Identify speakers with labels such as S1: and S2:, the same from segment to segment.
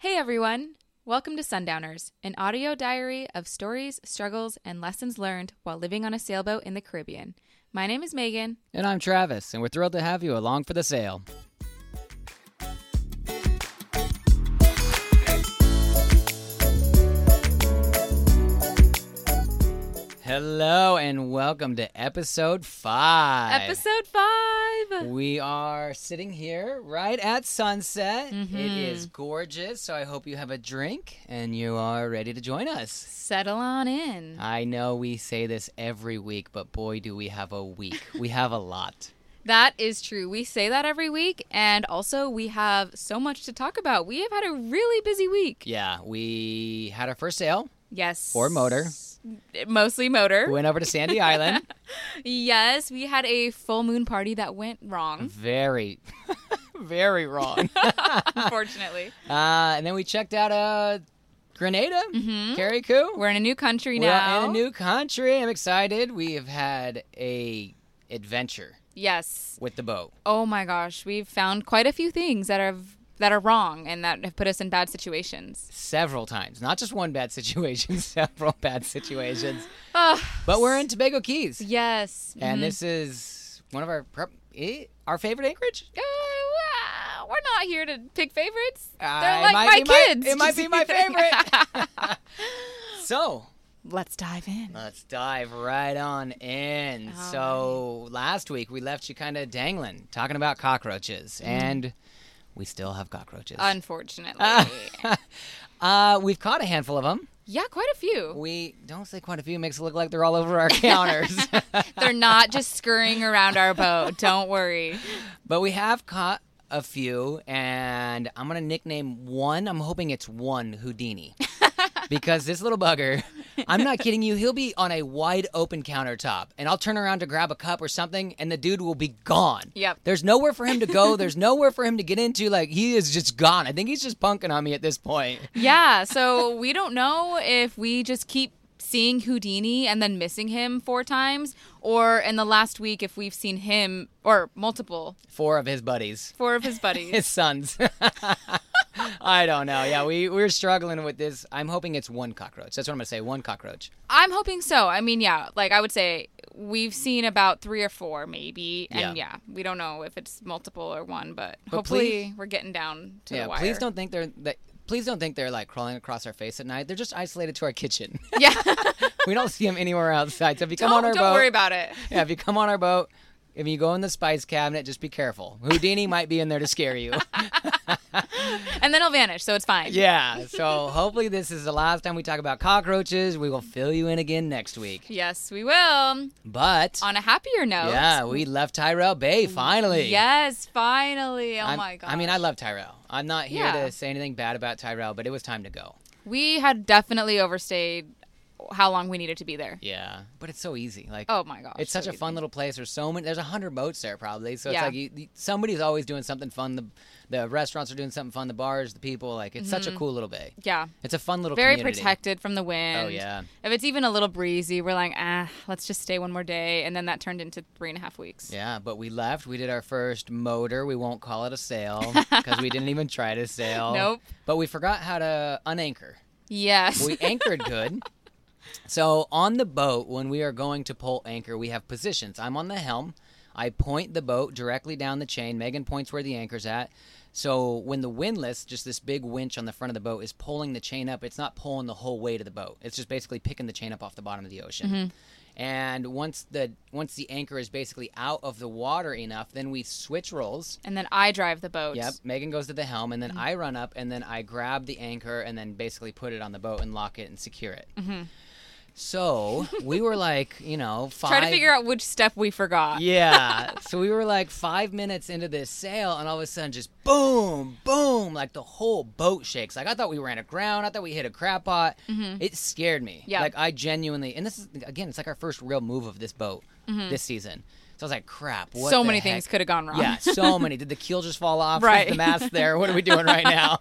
S1: Hey everyone! Welcome to Sundowners, an audio diary of stories, struggles, and lessons learned while living on a sailboat in the Caribbean. My name is Megan.
S2: And I'm Travis, and we're thrilled to have you along for the sail. Hello, and welcome to episode five.
S1: Episode 5!
S2: We are sitting here right at sunset. It
S1: Mhm.
S2: is gorgeous, so I hope you have a drink and you are ready to join us.
S1: Settle on in.
S2: I know we say this every week, but boy, do we have a week. We have a lot.
S1: That is true. We say that every week, and also we have so much to talk about. We have had a really busy week.
S2: Yeah, we had our first sale.
S1: Yes.
S2: Or motor.
S1: Mostly motor.
S2: We went over to Sandy Island.
S1: Yes, we had a full moon party that went wrong,
S2: Very, very wrong. uh,
S1: unfortunately.
S2: and then we checked out uh, Grenada,
S1: Mhm.
S2: Carrie Coo.
S1: We're in a new country
S2: We're
S1: now.
S2: in a new country. I'm excited. We have had a adventure
S1: yes.
S2: with the boat.
S1: Oh my gosh, we've found quite a few things that are that are wrong and that have put us in bad situations.
S2: Several times, not just one bad situation, several bad situations.
S1: Ugh.
S2: But we're in Tobago Keys.
S1: yes,
S2: and
S1: mhm.
S2: this is one of our prob- eh, our favorite anchorage.
S1: Uh, wow, Uh, we're not here to pick favorites. They're
S2: Uh, it
S1: like
S2: might
S1: my
S2: be my-
S1: kids.
S2: it might be my favorite. So
S1: Let's dive in.
S2: let's dive right on in.
S1: All
S2: so last week we left you kind of dangling, talking about cockroaches,
S1: Mm-hmm.
S2: and we still have cockroaches.
S1: Unfortunately,
S2: uh, we've caught a handful of them.
S1: yeah, quite a few.
S2: We don't say quite a few; makes it look like they're all over our counters.
S1: They're not just scurrying around our boat. Don't worry.
S2: But we have caught a few, and I'm gonna nickname one. I'm hoping it's one Houdini, because this little bugger, I'm not kidding you, he'll be on a wide open countertop, and I'll turn around to grab a cup or something, and the dude will be gone.
S1: Yep.
S2: There's nowhere for him to go. There's nowhere for him to get into. Like he is just gone. I think he's just punking on me at this point.
S1: Yeah, so we don't know if we just keep seeing Houdini and then missing him four times, or in the last week if we've seen him or multiple
S2: Four of his buddies,
S1: four of his buddies.
S2: his sons. I don't know. Yeah, we we're struggling with this. I'm hoping it's one cockroach. That's what I'm gonna say. One cockroach.
S1: I'm hoping so. I mean, yeah, like I would say we've seen about three or four, maybe, and yeah,
S2: Yeah.
S1: we don't know if it's multiple or one, but,
S2: But
S1: hopefully
S2: please-
S1: we're getting down to
S2: yeah,
S1: the wire.
S2: please don't think they're that. Please don't think they're like crawling across our face at night. They're just isolated to our kitchen.
S1: Yeah,
S2: we don't see them anywhere outside. So if you come
S1: don't,
S2: on our
S1: don't
S2: boat,
S1: worry about it.
S2: yeah, if you come on our boat, if you go in the spice cabinet, just be careful. Houdini might be in there to scare you.
S1: And then he'll vanish, so it's fine.
S2: yeah. So hopefully this is the last time we talk about cockroaches. We will fill you in again next week.
S1: Yes, we will.
S2: But
S1: On a happier note.
S2: yeah, we left Tyrell Bay finally.
S1: Yes, finally. Oh
S2: I'm-
S1: my god.
S2: I mean, I love Tyrell. I'm not here
S1: Yeah.
S2: to say anything bad about Tyrell, but it was time to go.
S1: We had definitely overstayed how long we needed to be there.
S2: Yeah. But it's so easy. Like
S1: Oh my gosh.
S2: It's such
S1: so
S2: a fun little place. There's so many. There's a hundred boats there probably. So it's
S1: Yeah.
S2: like you, you- somebody's always doing something fun. The the restaurants are doing something fun. The bars, the people. Like it's such a cool little bay.
S1: easy. Yeah.
S2: It's a fun little
S1: Mm-hmm. Very
S2: community.
S1: protected from the wind.
S2: Oh yeah,
S1: If it's even a little breezy, we're like, ah, let's just stay one more day. And then that turned into three and a half weeks.
S2: yeah. But we left. We did our first motor. We won't call it a sail because we didn't even try to sail.
S1: Nope.
S2: But we forgot how to unanchor.
S1: Yes.
S2: We anchored good. So on the boat, when we are going to pull anchor, we have positions. I'm on the helm. I point the boat directly down the chain. Megan points where the anchor's at. So when the windlass, just this big winch on the front of the boat, is pulling the chain up, it's not pulling the whole weight of the boat. It's just basically picking the chain up off the bottom of the ocean. And once the once the anchor is basically out of the water enough, then we switch roles.
S1: and then I drive the boat.
S2: Yep. Megan goes to the helm, and then
S1: Mm-hmm.
S2: I run up, and then I grab the anchor, and then basically put it on the boat and lock it and secure it.
S1: Mm-hmm.
S2: So we were like, you know, five.
S1: Try to figure out which step we forgot.
S2: Yeah. so we were like five minutes into this sail, and all of a sudden, just boom, boom, like the whole boat shakes. Like I thought we ran aground. I thought we hit a crap pot. It scared me.
S1: Mm-hmm. Yeah.
S2: Like I genuinely, and this is again, it's like our first real move of this boat this season. So I was like, crap. What
S1: Mm-hmm. so
S2: the
S1: many
S2: heck?
S1: things could have gone wrong.
S2: Yeah, so many. Did the keel just fall off?
S1: Right.
S2: Is the mast there? What are we doing right now?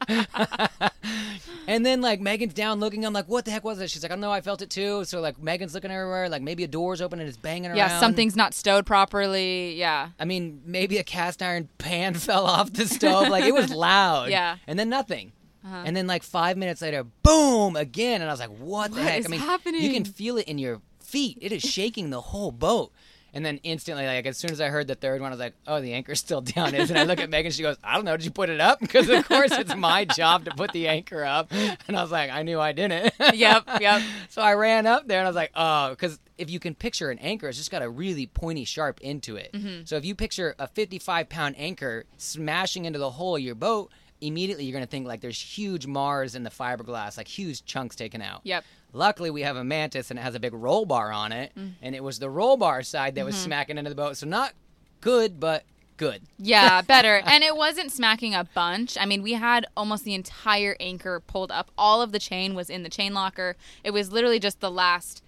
S2: and then like Megan's down looking. I'm like, what the heck was it? She's like, I don't know. I felt it too. So like Megan's looking everywhere. Like maybe a door's open and it's banging around.
S1: Yeah, something's not stowed properly. Yeah.
S2: I mean, maybe a cast iron pan fell off the stove. Like it was loud.
S1: Yeah. Uh-huh.
S2: And then nothing. And then like five minutes later, boom again, and I was like, "What the
S1: What
S2: heck?"
S1: is
S2: I mean, you
S1: happening?
S2: can feel it in your feet. It is shaking the whole boat. And then instantly, like as soon as I heard the third one, I was like, "Oh, the anchor's still down." Is and I look at Megan. She goes, "I don't know. Did you put it up?" Because of course it's my job to put the anchor up. And I was like, "I knew I didn't."
S1: yep, yep.
S2: So I ran up there and I was like, oh, because if you can picture an anchor, it's just got a really pointy, sharp end to it. So if you picture a 55 pound anchor smashing into the hull of your boat, immediately you're going to think like there's huge Mars in the fiberglass, like huge chunks taken out.
S1: Yep.
S2: Luckily, we have a mantis and it has a big roll bar on it. And it was the roll bar side that was smacking into the boat. So not good, but good.
S1: Yeah, better. and it wasn't smacking a bunch. I mean, we had almost the entire anchor pulled up. All of the chain was in the chain locker. It was literally just the last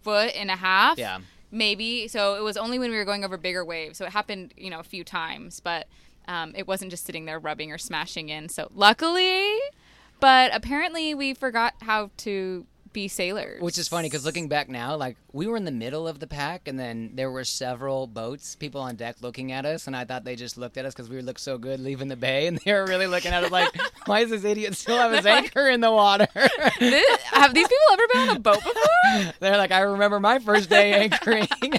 S1: foot and a half.
S2: Yeah.
S1: Maybe. So it was only when we were going over bigger waves. So it happened, you know, a few times, but um, it wasn't just sitting there rubbing or smashing in. So luckily, but apparently we forgot how to be sailors.
S2: Which is funny because looking back now, like we were in the middle of the pack, and then there were several boats, people on deck looking at us, and I thought they just looked at us because we looked so good leaving the bay, and they were really looking at us like, "Why does this idiot still have his anchor in the water?"
S1: This- have these people ever been on a boat before?
S2: They're like, "I remember my first day anchoring.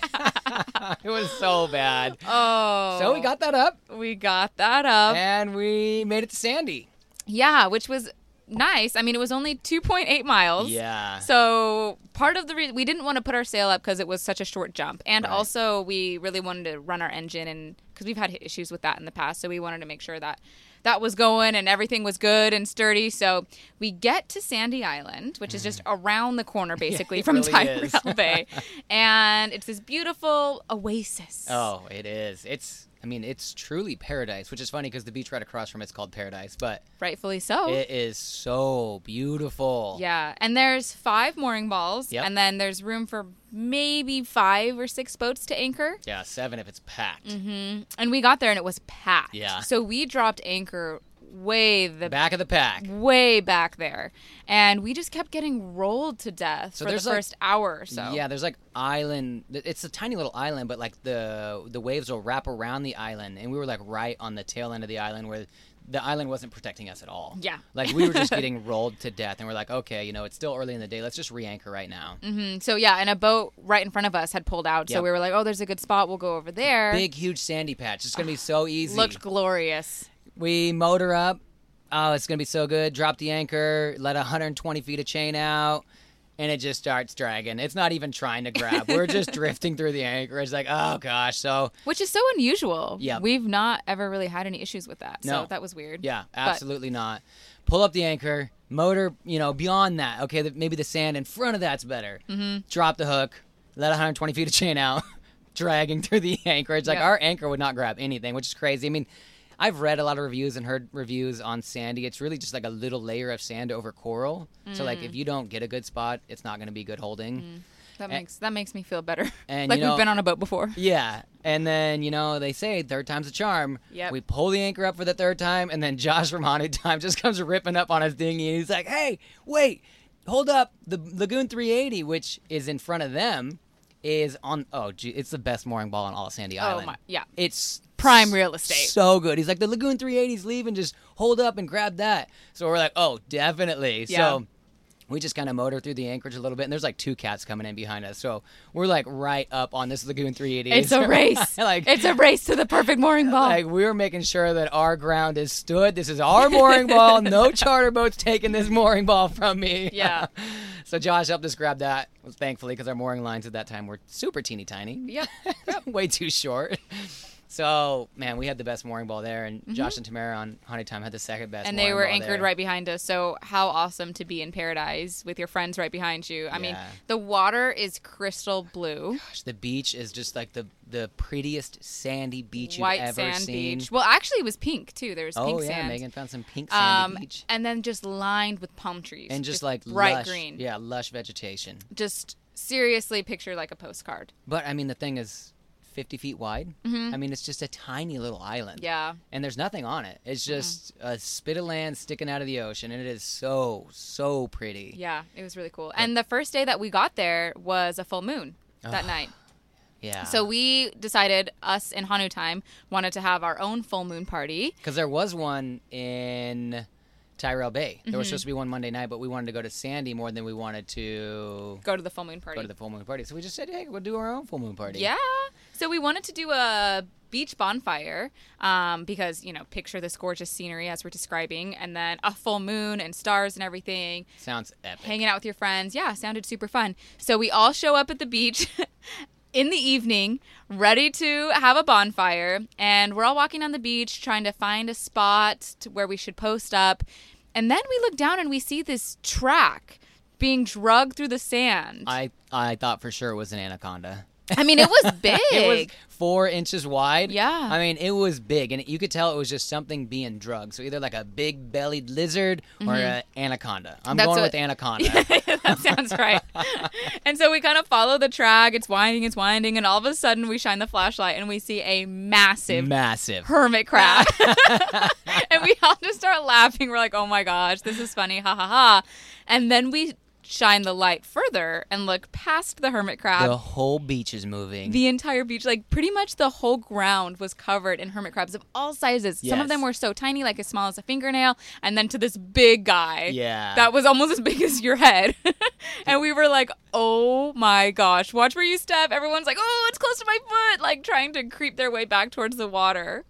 S2: it was so bad."
S1: Oh.
S2: So we got that up,
S1: we got that up.
S2: and we made it to Sandy.
S1: Yeah, which was nice. I mean, it was only 2.8 miles.
S2: Yeah.
S1: So part of the reason we didn't want to put our sail up because it was such a short jump, and
S2: Right.
S1: also we really wanted to run our engine, and because we've had issues with that in the past, so we wanted to make sure that that was going and everything was good and sturdy. So we get to Sandy Island, which is just around the corner, basically
S2: Mm. it
S1: from
S2: really is.
S1: Tyrell Bay, and it's this beautiful oasis.
S2: Oh, it is. It's. I mean, it's truly paradise, which is funny because the beach right across from it's called Paradise, but.
S1: rightfully so.
S2: It is so beautiful.
S1: Yeah, and there's five mooring balls,
S2: Yep.
S1: and then there's room for maybe five or six boats to anchor.
S2: Yeah, seven if it's packed.
S1: And we got there, and it was packed.
S2: Yeah.
S1: So we dropped anchor way the
S2: Back of the pack.
S1: way back there, and we just kept getting rolled to death
S2: So
S1: for the
S2: there's, like-
S1: first hour or so.
S2: Yeah, there's like island. It's a tiny little island, but like the the waves will wrap around the island, and we were like right on the tail end of the island where the island wasn't protecting us at all.
S1: Yeah.
S2: like we were just getting rolled to death, and we're like, okay, you know, it's still early in the day. Let's just re-anchor right now.
S1: Mm, So yeah, and a boat right in front of us had pulled out, so
S2: Yep.
S1: we were like, "Oh, there's a good spot. We'll go over there."
S2: Big, huge sandy patch. It's gonna be so easy.
S1: Looked glorious.
S2: We motor up. Oh, it's gonna be so good. Drop the anchor. Let 120 feet of chain out, and it just starts dragging. It's not even trying to grab. We're just drifting through the anchor. It's like, oh gosh. So
S1: Which is so unusual.
S2: Yeah.
S1: We've not ever really had any issues with that.
S2: No.
S1: So that was weird.
S2: yeah,
S1: But-
S2: absolutely not. Pull up the anchor. Motor. You know, beyond that. Okay, the, maybe the sand in front of that's better. Mm-hmm. Drop the hook. Let 120 feet of chain out. dragging through the anchor. It's like
S1: Yeah.
S2: our anchor would not grab anything, which is crazy. I mean. I've read a lot of reviews and heard reviews on sandy. It's really just like a little layer of sand over coral. So
S1: Mm.
S2: like if you don't get a good spot, it's not going to be good holding.
S1: That makes that makes me feel better.
S2: and,
S1: like
S2: you know-
S1: we've been on a boat before.
S2: Yeah. And then, you know, they say third time's a charm.
S1: Yep.
S2: We pull the anchor up for the third time, and then Josh from Haunted Time just comes ripping up on his dinghy. And he's like, hey, wait, hold up. The Lagoon 380, which is in front of them, is on. Oh, gee, it's the best mooring ball on all of Sandy Island.
S1: Oh, my- yeah.
S2: It's
S1: Prime real estate.
S2: So good. He's like, the Lagoon 380's leaving. Just hold up and grab that. So we're like, oh, definitely.
S1: Yeah.
S2: So we just kind of motor through the anchorage a little bit, and there's like two cats coming in behind us. So we're like right up on this Lagoon 380.
S1: It's a race.
S2: like,
S1: it's a race to the perfect mooring ball.
S2: like we were making sure that our ground is stood. This is our mooring ball. No charter boats taking this mooring ball from me.
S1: Yeah.
S2: so Josh helped us grab that, thankfully, because our mooring lines at that time were super teeny tiny,
S1: yep.
S2: way too short. So man, we had the best mooring ball there, and Josh and Tamara on Haunted Time had the second best.
S1: Mm-hmm. And they
S2: mooring
S1: were
S2: ball
S1: anchored
S2: there.
S1: right behind us. So how awesome to be in paradise with your friends right behind you. I mean,
S2: Yeah.
S1: the water is crystal blue,
S2: Gosh, the beach is just like the the prettiest sandy beach
S1: white
S2: you've ever
S1: sand
S2: seen.
S1: beach. Well, actually, it was pink too. There was
S2: Oh
S1: pink
S2: yeah,
S1: sand.
S2: Megan found some pink sandy
S1: Um,
S2: beach
S1: and then just lined with palm trees
S2: and just, like
S1: bright
S2: lush,
S1: green.
S2: Yeah, lush vegetation.
S1: Just seriously picture like a postcard.
S2: But I mean, the thing is, fifty feet wide. I mean, it's just a tiny little island.
S1: Mm-hmm. Yeah.
S2: And there's nothing on it. It's just a spit of land sticking out of the ocean, and it is so so pretty.
S1: Yeah, it was really
S2: Oh.
S1: cool. And the first day that we got there was a full moon that
S2: Ugh.
S1: night.
S2: Yeah.
S1: So we decided, us in Hanu time, wanted to have our own full moon party.
S2: because there was one in Tyrell Bay. There was
S1: Mm-hmm.
S2: supposed to be one Monday night, but we wanted to go to Sandy more than we wanted to
S1: Go to the full moon party.
S2: go to the full moon party. So we just said, hey, we'll do our own full moon party.
S1: Yeah. So we wanted to do a beach bonfire um, because, you know, picture this gorgeous scenery as we're describing, and then a full moon and stars and everything.
S2: Sounds epic.
S1: Hanging out with your friends. Yeah, sounded super fun. So we all show up at the beach in the evening, ready to have a bonfire. And we're all walking on the beach trying to find a spot to where we should post up. And then we look down and we see this track being dragged through the sand. I,
S2: I, I thought for sure it was an anaconda.
S1: mean, it was big.
S2: It was four inches wide.
S1: Yeah.
S2: I mean, it was big, and you could tell it was just something being drugged. So either like a big bellied lizard or an anaconda.
S1: Mm-hmm.
S2: I'm
S1: That's
S2: going
S1: what-
S2: with anaconda.
S1: that sounds right. and so we kind of follow the track. It's winding, it's winding, and all of a sudden we shine the flashlight and we see a massive
S2: Massive.
S1: hermit crab. and we all just start laughing. We're like, oh my gosh, this is funny. Ha ha ha. And then we shine the light further and look past the hermit crab.
S2: The whole beach is moving.
S1: the entire beach, like pretty much the whole ground was covered in hermit crabs of all sizes. Some of
S2: Yes.
S1: them were so tiny, like as small as a fingernail, and then to this big guy.
S2: Yeah.
S1: That was almost as big as your head. and we were like, oh my gosh, watch where you step. Everyone's like, oh, it's close to my foot, like trying to creep their way back towards the water.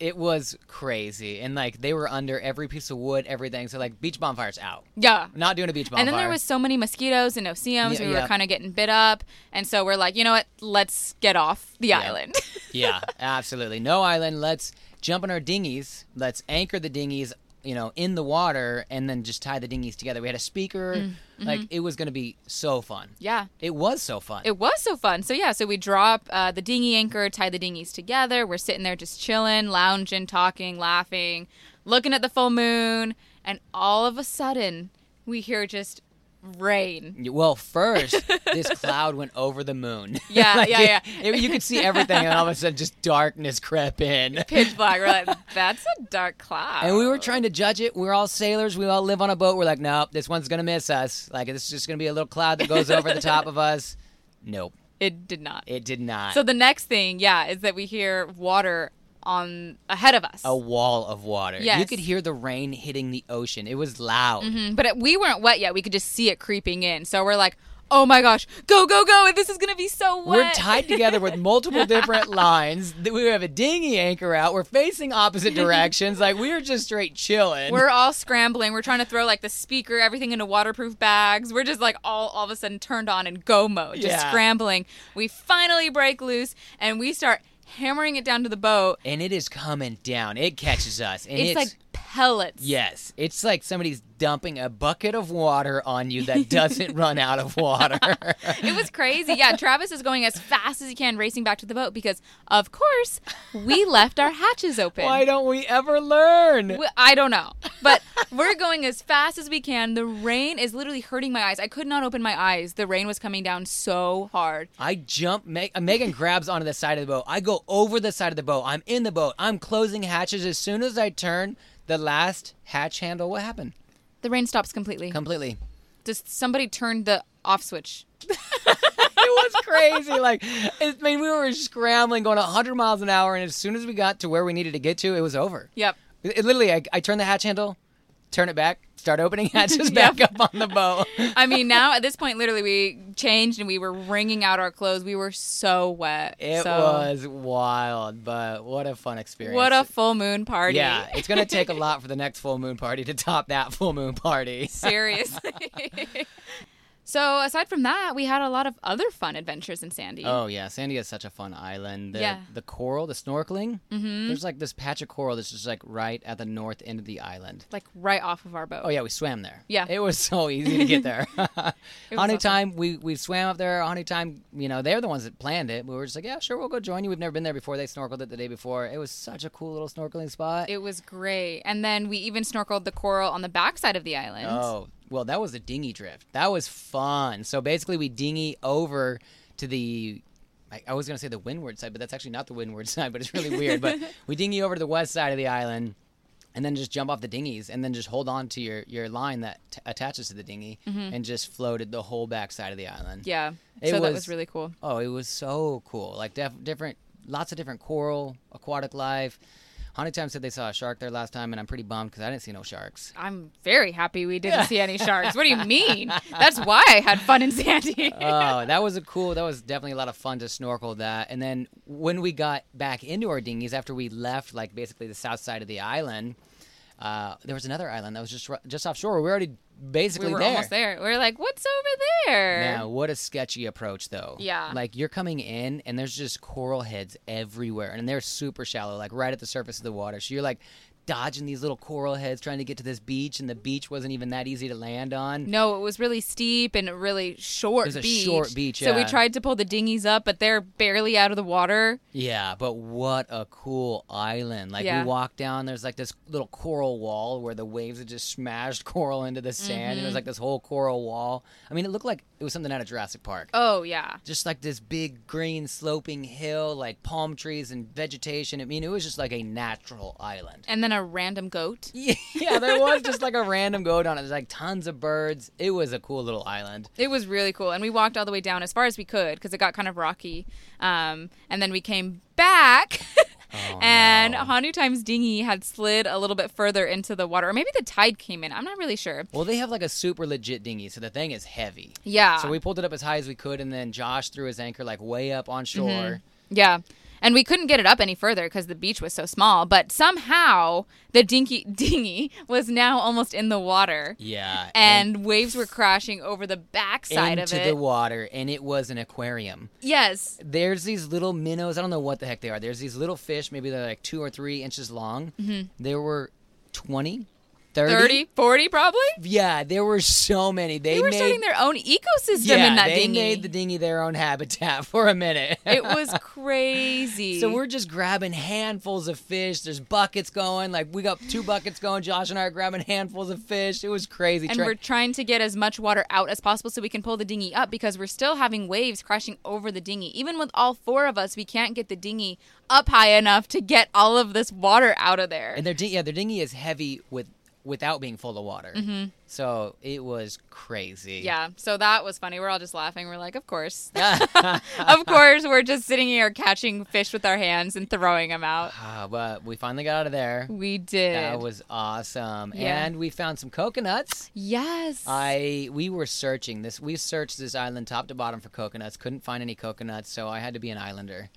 S2: it was crazy, and like they were under every piece of wood, everything. So like beach bonfires out.
S1: Yeah.
S2: Not doing a beach bonfire.
S1: And then there was so many mosquitoes and oceums.
S2: Yeah,
S1: we
S2: yeah.
S1: were kind of getting bit up. And so we're like, you know what? Let's get off the island.
S2: yeah, absolutely. No island. Let's jump on our dinghies. Let's anchor the dinghies, you know, in the water, and then just tie the dinghies together. We had a speaker.
S1: Mm, mm-hmm.
S2: Like it was going to be so fun.
S1: yeah.
S2: It was so fun.
S1: It was so fun. So yeah, so we drop uh, the dinghy anchor, tie the dinghies together. We're sitting there just chilling, lounging, talking, laughing, looking at the full moon, and all of a sudden we hear just rain.
S2: well, first this cloud went over the moon.
S1: Yeah,
S2: Like,
S1: yeah, yeah.
S2: it- it- you could see everything, and all of a sudden, just darkness crept in.
S1: Pitch black. We're like, that's a dark cloud.
S2: And we were trying to judge it. We're all sailors. We all live on a boat. We're like, nope, this one's gonna miss us. Like this is just gonna be a little cloud that goes over the top of us. Nope,
S1: It did not.
S2: it did not.
S1: so the next thing, yeah, is that we hear water on ahead of us.
S2: a wall of water. You
S1: Yes.
S2: could hear the rain hitting the ocean. It was loud.
S1: Mm, But it, we weren't wet yet. We could just see it creeping in. So we're like, oh my gosh, go, go, go. This is going to be so wet.
S2: We're tied together with multiple different lines. Th- We have a dinghy anchor out. We're facing opposite directions. Like we were just straight chilling.
S1: We're all scrambling. We're trying to throw like the speaker, everything into waterproof bags. We're just like all all of a sudden turned on in go mode, just
S2: Yeah.
S1: scrambling. We finally break loose and we start hammering it down to the boat.
S2: and it is coming down. It catches us. And
S1: It's,
S2: it's,
S1: like pellets.
S2: yes, it's like somebody's dumping a bucket of water on you that doesn't run out of water.
S1: It was crazy. Yeah, Travis is going as fast as he can, racing back to the boat because, of course, we left our hatches open.
S2: Why don't we ever learn?
S1: We- I don't know. But we're going as fast as we can. The rain is literally hurting my eyes. I could not open my eyes. The rain was coming down so hard.
S2: I jump. Meg- uh, Megan grabs onto the side of the boat. I go over the side of the boat. I'm in the boat. I'm closing hatches. As soon as I turn the last hatch handle, what happened?
S1: The rain stops completely.
S2: Completely.
S1: Just somebody turned the off switch.
S2: It was crazy. like, it, I mean, we were scrambling, going 100 miles an hour, and as soon as we got to where we needed to get to, it was over.
S1: Yep.
S2: It, it literally, I, I turn the hatch handle, turn it back, start opening hatches back up on the boat.
S1: I mean, now at this point, literally, we changed and we were wringing out our clothes. We were so wet.
S2: It
S1: So,
S2: was wild, but what a fun experience.
S1: What a full moon party.
S2: yeah, it's gonna take a lot for the next full moon party to top that full moon party.
S1: Seriously. so, aside from that, we had a lot of other fun adventures in Sandy.
S2: Oh yeah, Sandy is such a fun island. The,
S1: Yeah.
S2: the coral, the snorkeling. Mm-hmm. There's like this patch of coral that's just like right at the north end of the island.
S1: Like right off of our boat.
S2: Oh yeah, we swam there.
S1: Yeah.
S2: it was so easy to get there. Honey
S1: awesome.
S2: time, we we swam up there. Honey time, you know they're the ones that planned it. We were just like, yeah, sure, we'll go join you. We've never been there before. They snorkeled it the day before. It was such a cool little snorkeling spot.
S1: It was great. And then we even snorkeled the coral on the backside of the island.
S2: Oh, well, that was a dinghy drift. That was fun. So basically, we dinghy over to the. I, I was going to say the windward side, but that's actually not the windward side, but it's really weird. but we dinghy over to the west side of the island and then just jump off the dinghies and then just hold on to your, your line that t- attaches to the dinghy and just floated the whole back side of the island.
S1: Yeah.
S2: It
S1: so that
S2: was-
S1: was really cool.
S2: Oh, it was so cool. Like def- different, lots of different coral, aquatic life. Haunted Time said they saw a shark there last time, and I'm pretty bummed because I didn't see no sharks.
S1: I'm very happy we didn't see any sharks. What do you mean? That's why I had fun in Sandy.
S2: oh, that was a cool. That was definitely a lot of fun to snorkel that. And then when we got back into our dinghies after we left, like basically the south side of the island, uh, there was another island that was just ru- just offshore. We were already basically
S1: we were
S2: there.
S1: almost there. We are like, what's over there?
S2: Now, what a sketchy approach, though.
S1: Yeah.
S2: Like you're coming in, and there's just coral heads everywhere, and they're super shallow, like right at the surface of the water. So you're like dodging these little coral heads, trying to get to this beach, and the beach wasn't even that easy to land on.
S1: No, it was really steep and really short.
S2: It was a
S1: beach.
S2: short beach,
S1: So we
S2: yeah.
S1: tried to pull the dinghies up, but they're barely out of the water.
S2: Yeah, but what a cool island! Like
S1: Yeah.
S2: we walked down, there's like this little coral wall where the waves had just smashed coral into the sand, and it was like this whole coral wall. I mean, it looked like it was something out of Jurassic Park.
S1: Oh yeah,
S2: just like this big green sloping hill, like palm trees and vegetation. I mean, it was just like a natural island.
S1: and then a random goat.
S2: Yeah, there was just like a random goat on it. There's like tons of birds. It was a cool little island.
S1: It was really cool, and we walked all the way down as far as we could because it got kind of rocky. Um, and then we came back, and
S2: Oh, no.
S1: Hanu Time's dinghy had slid a little bit further into the water, or maybe the tide came in. I'm not really sure.
S2: Well, they have like a super legit dinghy, so the thing is heavy.
S1: Yeah.
S2: So we pulled it up as high as we could, and then Josh threw his anchor like way up on
S1: Mm-hmm.
S2: shore.
S1: Yeah. And we couldn't get it up any further because the beach was so small. But somehow the dinky dinghy was now almost in the water,
S2: Yeah.
S1: and, waves were crashing over the backside of
S2: into
S1: it.
S2: the water, and it was an aquarium.
S1: yes.
S2: there's these little minnows. I don't know what the heck they are. There's these little fish. Maybe they're like two or three inches long.
S1: Mm-hmm.
S2: There were 20, 30.
S1: 30, 40 probably.
S2: Yeah, there were so many. They,
S1: They were
S2: made,
S1: starting their own ecosystem
S2: yeah,
S1: in that
S2: they
S1: dinghy.
S2: made the dinghy their own habitat for a minute.
S1: it was crazy.
S2: so we're just grabbing handfuls of fish. There's buckets going. Like we got two buckets going. Josh and I are grabbing handfuls of fish. It was crazy.
S1: and
S2: Try-
S1: we're trying to get as much water out as possible so we can pull the dinghy up because we're still having waves crashing over the dinghy. Even with all four of us, we can't get the dinghy up high enough to get all of this water out of there.
S2: and their ding- yeah, their dinghy is heavy with without being full of water. So it was crazy.
S1: Mm-hmm. Yeah, so that was funny. We're all just laughing. We're like, of course.
S2: Yeah.
S1: of course, we're just sitting here catching fish with our hands and throwing them out.
S2: Ah, but we finally got out of there.
S1: We did.
S2: That was awesome.
S1: Yeah.
S2: And we found some coconuts.
S1: yes.
S2: I we were searching this. We searched this island top to bottom for coconuts. Couldn't find any coconuts, so I had to be an islander.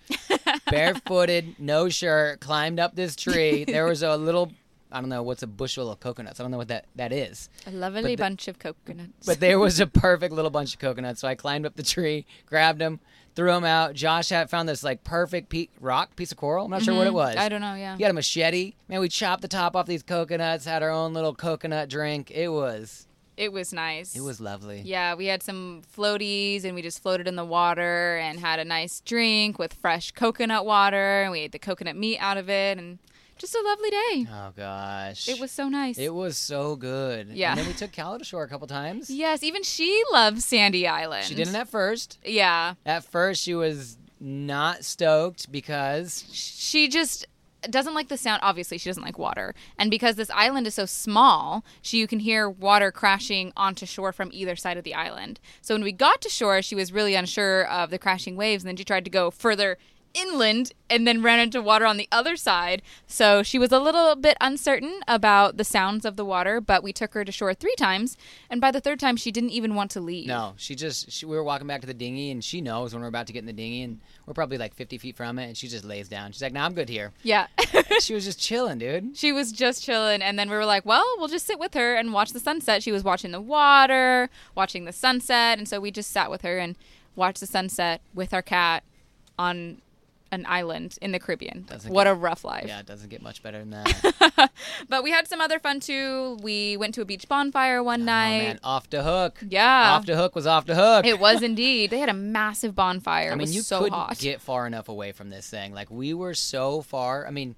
S2: Barefooted, no shirt, climbed up this tree. There was a little I don't know what's a bushel of coconuts. I don't know what that that is.
S1: A lovely
S2: but the-
S1: bunch of coconuts.
S2: But there was a perfect little bunch of coconuts. So I climbed up the tree, grabbed them, threw them out. Josh had found this like perfect pe- rock piece of coral. I'm not sure what it was.
S1: Mm-hmm. I don't know. Yeah.
S2: You got a machete. Man, we chopped the top off these coconuts, had our own little coconut drink. It was
S1: It was nice.
S2: it was lovely.
S1: Yeah, we had some floaties and we just floated in the water and had a nice drink with fresh coconut water and we ate the coconut meat out of it and just a lovely day.
S2: Oh gosh.
S1: It was so nice.
S2: it was so good.
S1: Yeah.
S2: And then we took Calla to shore a couple times.
S1: yes, even she loves Sandy Island.
S2: She didn't at first.
S1: Yeah.
S2: At first she was not stoked because
S1: she just doesn't like the sound obviously she doesn't like water and because this island is so small she you can hear water crashing onto shore from either side of the island so when we got to shore she was really unsure of the crashing waves and then she tried to go further inland and then ran into water on the other side so she was a little bit uncertain about the sounds of the water but we took her to shore three times and by the third time she didn't even want to leave
S2: no, she just she, we were walking back to the dinghy and she knows when we're about to get in the dinghy and we're probably like 50 feet from it and she just lays down. She's like, "No, I'm good here."
S1: yeah
S2: she was just chilling, dude.
S1: She was just chilling, and then we were like, "Well, we'll just sit with her and watch the sunset." She was watching the water, watching the sunset, and so we just sat with her and watched the sunset with our cat on an island in the Caribbean.
S2: Doesn't
S1: what
S2: get-
S1: a rough life!
S2: Yeah, it doesn't get much better than that. Oh,
S1: But we had some other fun too. We went to a beach bonfire one
S2: Oh
S1: night.
S2: man, off the hook.
S1: Yeah.
S2: off the hook was off the hook.
S1: It was indeed. They had a massive bonfire.
S2: I
S1: it
S2: mean,
S1: was
S2: you
S1: so
S2: couldn't
S1: hot.
S2: get far enough away from this thing. Like we were so far. I mean,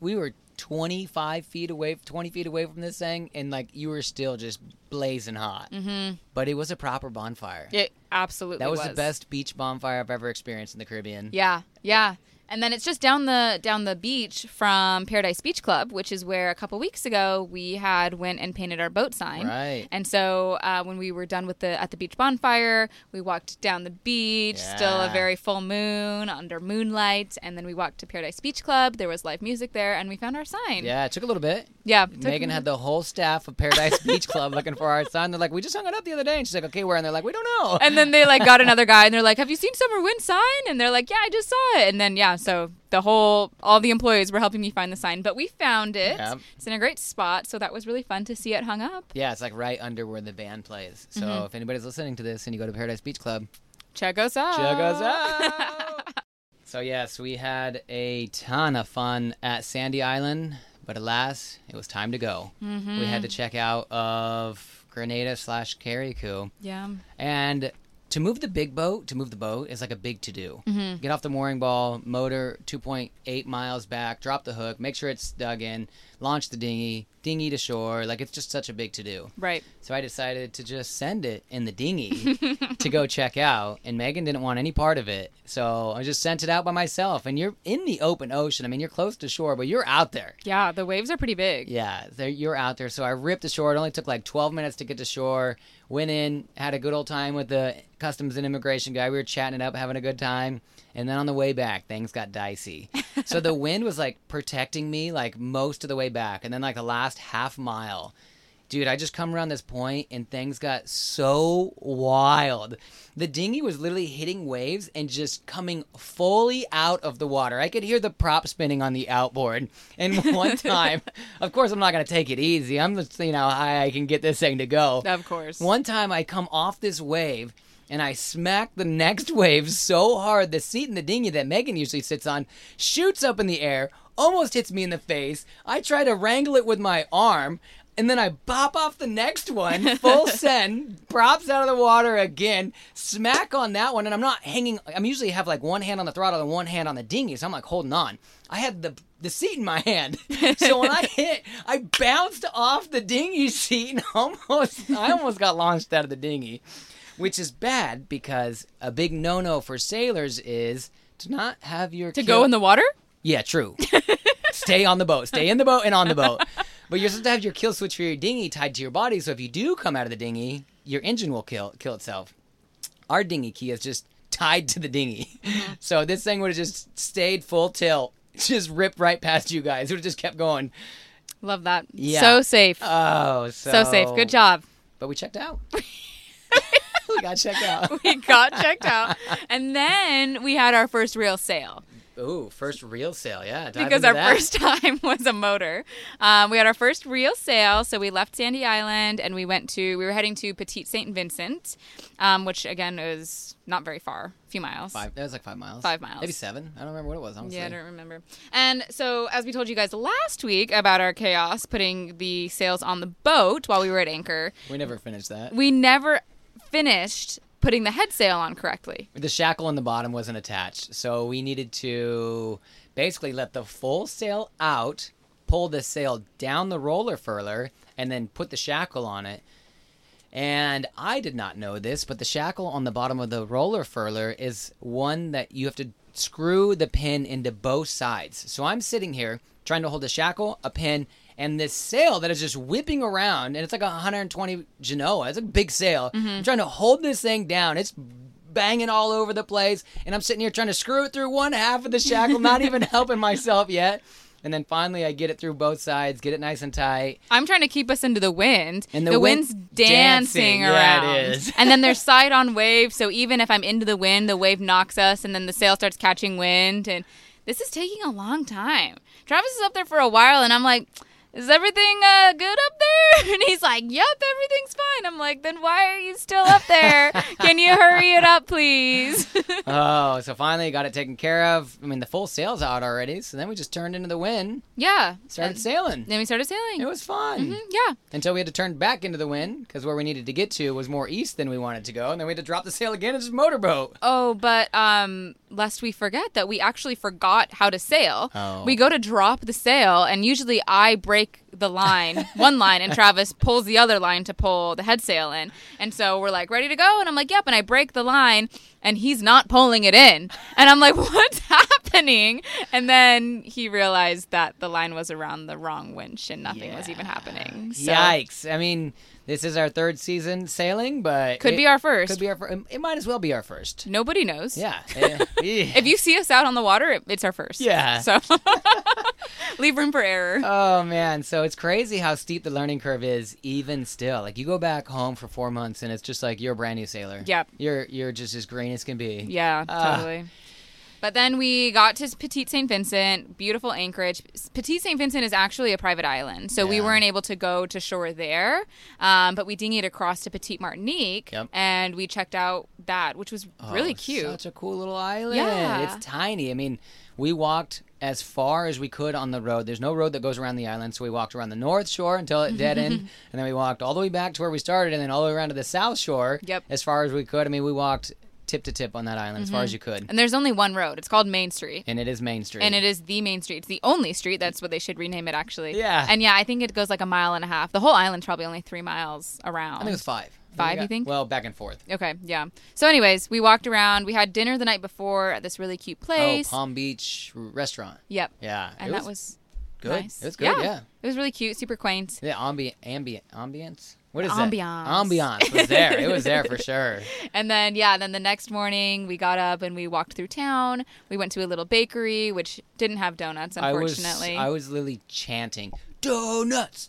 S2: we were twenty five feet away, twenty feet away from this thing, and like you were still just blazing hot. Mm-hmm. But it was a proper bonfire.
S1: it absolutely
S2: that was,
S1: was
S2: the best beach bonfire I've ever experienced in the Caribbean.
S1: Yeah, yeah. And then it's just down the down the beach from Paradise Beach Club, which is where a couple weeks ago we had went and painted our boat sign.
S2: Right.
S1: And so uh, when we were done with the at the beach bonfire, we walked down the beach, still a
S2: Yeah.
S1: very full moon under moonlight, and then we walked to Paradise Beach Club. There was live music there, and we found our sign.
S2: Yeah, it took a little bit.
S1: Yeah. it took-
S2: Megan had the whole staff of Paradise Beach Club looking for our sign. They're like, we just hung it up the other day. And she's like, okay, where? And they're like, we don't know.
S1: and then they like got another guy and they're like, Have you seen Summer Wind sign? And they're like, Yeah, I just saw it. And then yeah, so the whole all the employees were helping me find the sign. But we found it.
S2: Yep.
S1: It's in a great spot, so that was really fun to see it hung up.
S2: yeah, it's like right under where the band plays. So
S1: Mm-hmm.
S2: if anybody's listening to this and you go to Paradise Beach Club,
S1: Check us out.
S2: check us out. so yes, we had a ton of fun at Sandy Island, but alas, it was time to go.
S1: Mm-hmm.
S2: We had to check out of Grenada slash Carriacou.
S1: yeah.
S2: And to move the big boat, to move the boat is like a big to do. Get off the mooring ball, motor 2.8 miles back, drop the hook, make sure it's dug in, launch the dinghy, dinghy to shore. Like it's just such a big to do.
S1: Right.
S2: So I decided to just send it in the dinghy to go check out. And Megan didn't want any part of it. So I just sent it out by myself. And you're in the open ocean. I mean, you're close to shore, but you're out there.
S1: Yeah, the waves are pretty big.
S2: Yeah, there, you're out there. So I ripped ashore. It only took like 12 minutes to get to shore. Went in, had a good old time with the customs and immigration guy. We were chatting it up, having a good time. And then on the way back, things got dicey. so the wind was like protecting me like most of the way back. And then like the last half mile, dude, I just come around this point and things got so wild. The dinghy was literally hitting waves and just coming fully out of the water. I could hear the prop spinning on the outboard. And one time, of course, I'm not going to take it easy. I'm just seeing how high I can get this thing to go.
S1: Of course.
S2: One time I come off this wave and I smack the next wave so hard the seat in the dinghy that Megan usually sits on shoots up in the air, almost hits me in the face. I try to wrangle it with my arm. And then I bop off the next one, full send, props out of the water again, smack on that one, and I'm not hanging. I'm usually have like one hand on the throttle and one hand on the dinghy, so I'm like holding on. I had the the seat in my hand, so when I hit, I bounced off the dinghy seat and almost I almost got launched out of the dinghy, which is bad because a big no no for sailors is to not have your
S1: to go in the water?
S2: yeah, true. Stay on the boat. Stay in the boat and on the boat. But you're supposed to have your kill switch for your dinghy tied to your body, so if you do come out of the dinghy, your engine will kill kill itself. Our dinghy key is just tied to the dinghy.
S1: Mm-hmm.
S2: So this thing would have just stayed full tilt, just ripped right past you guys. It would have just kept going.
S1: Love that.
S2: Yeah.
S1: So safe.
S2: Oh, so,
S1: so safe. Good job.
S2: But we checked out. we got checked out.
S1: We got checked out. And then we had our first real sale.
S2: Ooh, first real sale. Yeah, dive
S1: because
S2: into
S1: our
S2: that.
S1: first time was a motor. Um, we had our first real sail, so we left Sandy Island and we went to we were heading to Petite Saint Vincent, um, which again is not very far, a few miles.
S2: Five. That was like five miles.
S1: Five miles.
S2: Maybe seven. I don't remember what it was. Honestly.
S1: Yeah, I don't remember. And so, as we told you guys last week about our chaos putting the sails on the boat while we were at anchor,
S2: we never finished that.
S1: we never finished putting the head sail on correctly.
S2: the shackle on the bottom wasn't attached, so we needed to basically let the full sail out, pull the sail down the roller furler, and then put the shackle on it. And I did not know this, but the shackle on the bottom of the roller furler is one that you have to screw the pin into both sides. So I'm sitting here trying to hold a shackle, a pin, and this sail that is just whipping around, and it's like a 120 Genoa. It's a big sail. I'm trying to hold this thing down. It's banging all over the place, and I'm sitting here trying to screw it through one half of the shackle, not even helping myself yet. And then finally, I get it through both sides, get it nice and tight.
S1: I'm trying to keep us into the wind.
S2: And
S1: the,
S2: the
S1: wind's
S2: wind-
S1: dancing,
S2: dancing, yeah,
S1: around.
S2: it is.
S1: and then there's side on wave, so even if I'm into the wind, the wave knocks us and then the sail starts catching wind and this is taking a long time. Travis is up there for a while and I'm like, is everything uh, good up there? And he's like, Yep, everything's fine. I'm like, then why are you still up there? Can you hurry it up, please?
S2: oh, so finally got it taken care of. I mean, the full sail's out already, so then we just turned into the wind,
S1: yeah.
S2: started
S1: And Mm-hmm.
S2: sailing.
S1: then we started sailing.
S2: It was fun
S1: yeah.
S2: until we had to turn back into the wind because where we needed to get to was more east than we wanted to go, and then we had to drop the sail again and just motorboat.
S1: Oh, but um, lest we forget that we actually forgot how to sail.
S2: Oh.
S1: We go to drop the sail, and usually I break the line, one line, and Travis pulls the other line to pull the head sail in. And so we're like, ready to go? And I'm like, yep. And I break the line, and he's not pulling it in. And I'm like, what's happening? And then he realized that the line was around the wrong winch and nothing was even happening. So
S2: Yikes! I mean, this is our third season sailing, but
S1: could
S2: it-
S1: be our first.
S2: could be our fir- it might as well be our first.
S1: Nobody knows.
S2: Yeah. Eh, eh.
S1: If you see us out on the water, it, it's our first.
S2: Yeah.
S1: So leave room for error.
S2: Oh man, so it's crazy how steep the learning curve is even still. Like you go back home for 4 months and it's just like you're a brand new sailor.
S1: Yep.
S2: You're you're just as green as can be.
S1: Yeah,
S2: Ah.
S1: totally. But then we got to Petite St. Vincent, beautiful anchorage. Petite St. Vincent is actually a private island, so we
S2: Yeah.
S1: weren't able to go to shore there. Um, but we dinghied across to Petite Martinique,
S2: Yep.
S1: and we checked out that, which was
S2: Oh,
S1: really cute.
S2: Such a cool little island.
S1: Yeah.
S2: It's tiny. I mean, we walked as far as we could on the road. There's no road that goes around the island, so we walked around the north shore until it dead end, and then we walked all the way back to where we started, and then all the way around to the south shore.
S1: Yep.
S2: As far as we could. I mean, we walked tip to tip on that island as far as you could,
S1: and there's only one road. It's called Main Street.
S2: and it is Main Street.
S1: Mm-hmm. And it is the main street. It's the only street. That's what they should rename it, actually.
S2: Yeah.
S1: And yeah, I think it goes like a mile and a half. The whole island's probably only three miles around.
S2: I think it was five. I
S1: Five,
S2: we
S1: you think?
S2: Well, back and forth.
S1: Okay, yeah. So, anyways, we walked around. We had dinner the night before at this really cute place.
S2: Oh, Palm Beach restaurant.
S1: Yep.
S2: Yeah,
S1: And
S2: it
S1: that was
S2: good.
S1: nice.
S2: It was good. Yeah, yeah.
S1: It was really cute, super quaint.
S2: ambient, ambient, ambience. What is
S1: Ambiance.
S2: that? Ambiance was there. it was there for sure.
S1: And then yeah, then the next morning we got up and we walked through town. We went to a little bakery which didn't have donuts
S2: I was,
S1: unfortunately.
S2: I was literally chanting donuts,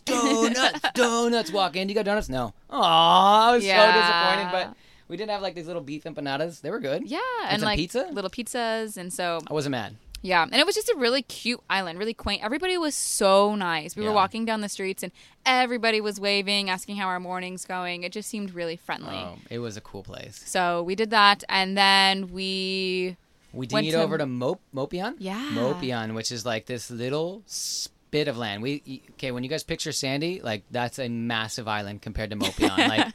S2: donuts, donuts. Walk in. You got donuts? No. Aw, I was
S1: Yeah.
S2: so disappointed. But we did have like these little beef empanadas. They were good.
S1: yeah, and
S2: some
S1: like
S2: pizza?
S1: little pizzas and so
S2: I wasn't mad.
S1: yeah, and it was just a really cute island, really quaint. Everybody was so nice. We were
S2: Yeah.
S1: walking down the streets and everybody was waving, asking how our morning's going. It just seemed really friendly.
S2: Oh, it was a cool place.
S1: So we did that and then we
S2: We
S1: Went
S2: dinged
S1: to-
S2: over to Mop Mopion.
S1: Yeah.
S2: Mopion, which is like this little spit of land. We okay when you guys picture Sandy, like that's a massive island compared to Mopion. like,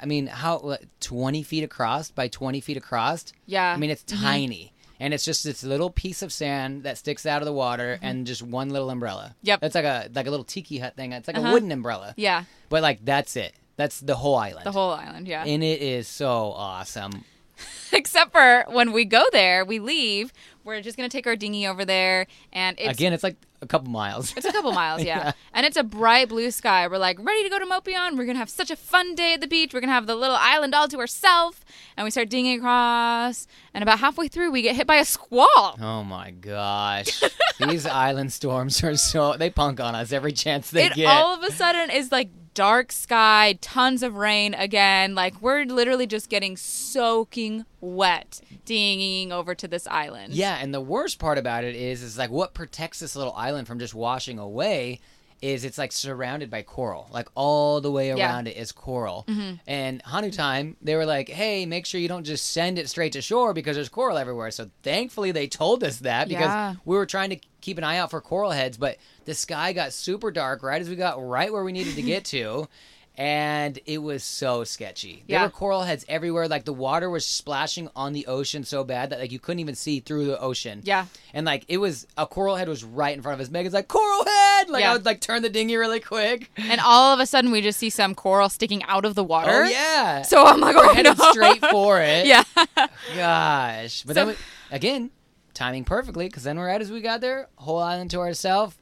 S2: I mean, how what, twenty feet across by twenty feet across?
S1: Yeah. Mm-hmm.
S2: I mean, it's tiny. And it's just this little piece of sand that sticks out of the water, and just one little umbrella.
S1: Mm-hmm. Yep.
S2: That's like a like a little tiki hut thing. It's like
S1: Uh-huh.
S2: a wooden umbrella.
S1: yeah,
S2: But like that's it. That's the whole island.
S1: the whole island, yeah.
S2: And it is so awesome.
S1: except for when we go there, we leave. We're just gonna take our dinghy over there, and it's
S2: Again, it's like a couple miles.
S1: it's a couple miles, yeah.
S2: Yeah.
S1: And it's a bright blue sky. We're like ready to go to Mopion. We're gonna have such a fun day at the beach. We're gonna have the little island all to ourselves. And we start dinging across, and about halfway through, we get hit by a squall.
S2: Oh my gosh. These island storms are so they punk on us every chance they
S1: It
S2: get.
S1: all of a sudden is like dark sky, tons of rain again. Like we're literally just getting soaking wet, dinging over to this island.
S2: yeah, and the worst part about it is is like what protects this little island from just washing away is it's like surrounded by coral. Like all the way
S1: Yeah. Mm-hmm.
S2: around it is coral. And Hanu time, they were like, "Hey, make sure you don't just send it straight to shore because there's coral everywhere." So thankfully they told us that because
S1: Yeah.
S2: we were trying to keep an eye out for coral heads, but the sky got super dark right as we got right where we needed to get to. And it was so sketchy. There
S1: Yeah.
S2: were coral heads everywhere. Like the water was splashing on the ocean so bad that like you couldn't even see through the ocean.
S1: Yeah.
S2: And like it was a coral head was right in front of us. Megan's like coral head. Like
S1: Yeah.
S2: I would like turn the dinghy really quick.
S1: And all of a sudden, we just see some coral sticking out of the water.
S2: Oh yeah.
S1: So I'm like, oh,
S2: headed
S1: no.
S2: straight for it.
S1: Yeah.
S2: Gosh.
S1: So-
S2: But then we, again, timing perfectly because then we're right as we got there, whole island to ourselves,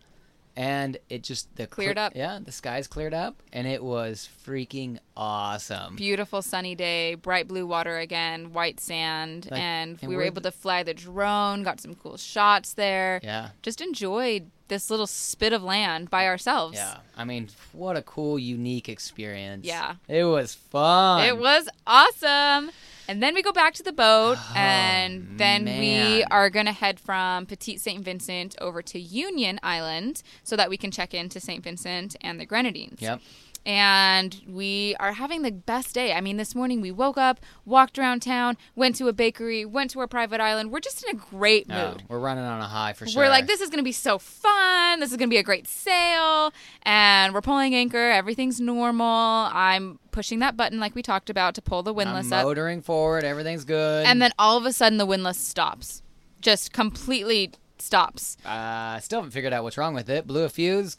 S2: and it just the
S1: Cleared up.
S2: Yeah, the skies cleared up, and it was freaking awesome.
S1: Beautiful sunny day, bright blue water again, white sand,
S2: Like,
S1: and,
S2: and
S1: we were
S2: we're
S1: able to fly the drone. Got some cool shots there.
S2: yeah.
S1: Just enjoyed this little spit of land by ourselves.
S2: Yeah. I mean, what a cool, unique experience.
S1: Yeah.
S2: It was fun.
S1: It was awesome. And then we go back to the boat,
S2: Oh,
S1: and then we
S2: man.
S1: are going to head from Petite St. Vincent over to Union Island so that we can check into St. Vincent and the Grenadines.
S2: Yep.
S1: And we are having the best day. I mean, this morning we woke up, walked around town, went to a bakery, went to a private island. We're just in a great
S2: No,
S1: mood.
S2: Uh, we're running on a high for sure.
S1: We're like, this is going to be so fun. This is going to be a great sale. And we're pulling anchor. Everything's normal. I'm pushing that button like we talked about to pull the
S2: I'm
S1: windlass up.
S2: motoring forward. Everything's good.
S1: And then all of a sudden, the windlass stops. Just completely stops.
S2: uh, still haven't figured out what's wrong with it. Blew a fuse.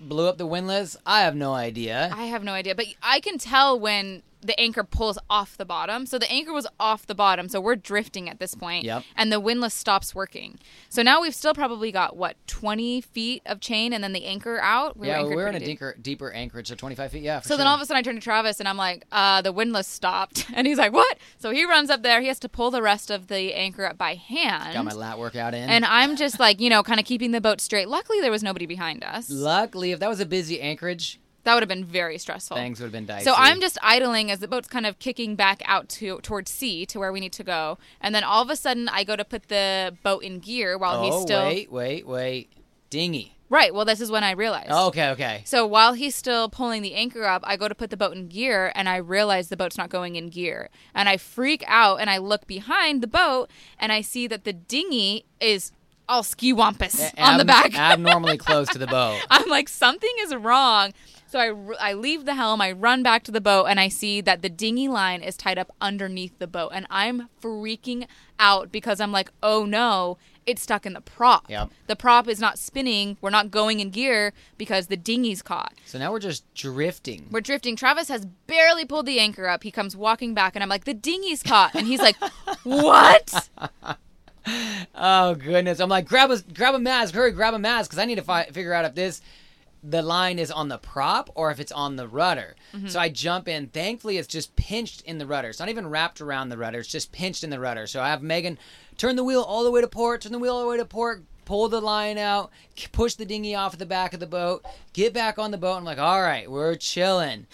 S2: blew up the windlass? I have no idea.
S1: I have no idea, but I can tell when the anchor pulls off the bottom. So the anchor was off the bottom, so we're drifting at this point.
S2: Yep.
S1: And the windlass stops working. So now we've still probably got what twenty feet of chain, and then the anchor out.
S2: yeah,
S1: anchored
S2: we were in a
S1: pretty deep.
S2: deeper, deeper anchorage, so 25 feet. Yeah. For
S1: So then all of a sudden I turn to Travis and I'm like, uh, the windlass stopped, and he's like, what? So he runs up there. He has to pull the rest of the anchor up by hand.
S2: got my lat workout in.
S1: and I'm just like, you know, kind of keeping the boat straight. Luckily, there was nobody behind us.
S2: luckily, if that was a busy anchorage,
S1: that would have been very stressful.
S2: things would have been dicey.
S1: So I'm just idling as the boat's kind of kicking back out to towards sea to where we need to go, and then all of a sudden I go to put the boat in gear while
S2: Oh
S1: he's still
S2: wait, wait, wait, dinghy.
S1: right. Well, this is when I realized.
S2: Okay, okay.
S1: So while he's still pulling the anchor up, I go to put the boat in gear, and I realize the boat's not going in gear, and I freak out, and I look behind the boat, and I see that the dinghy is all ski wampus on the
S2: Ab-
S1: back.
S2: abnormally close to the boat.
S1: I'm like, something is wrong. So I, r- I leave the helm, I run back to the boat, and I see that the dinghy line is tied up underneath the boat. And I'm freaking out because I'm like, oh no, it's stuck in the prop.
S2: Yep.
S1: The prop is not spinning. We're not going in gear because the dinghy's caught.
S2: So now we're just drifting.
S1: We're drifting. Travis has barely pulled the anchor up. He comes walking back, and I'm like, the dinghy's caught. And he's like, what?
S2: Oh goodness! I'm like, grab a grab a mask, hurry, grab a mask, because I need to fi- figure out if this the line is on the prop or if it's on the rudder. So I jump in. Thankfully, it's just pinched in the rudder. It's not even wrapped around the rudder. It's just pinched in the rudder. So I have Megan turn the wheel all the way to port, turn the wheel all the way to port, pull the line out, k- push the dinghy off the back of the boat, get back on the boat. I'm like, all right, we're chilling.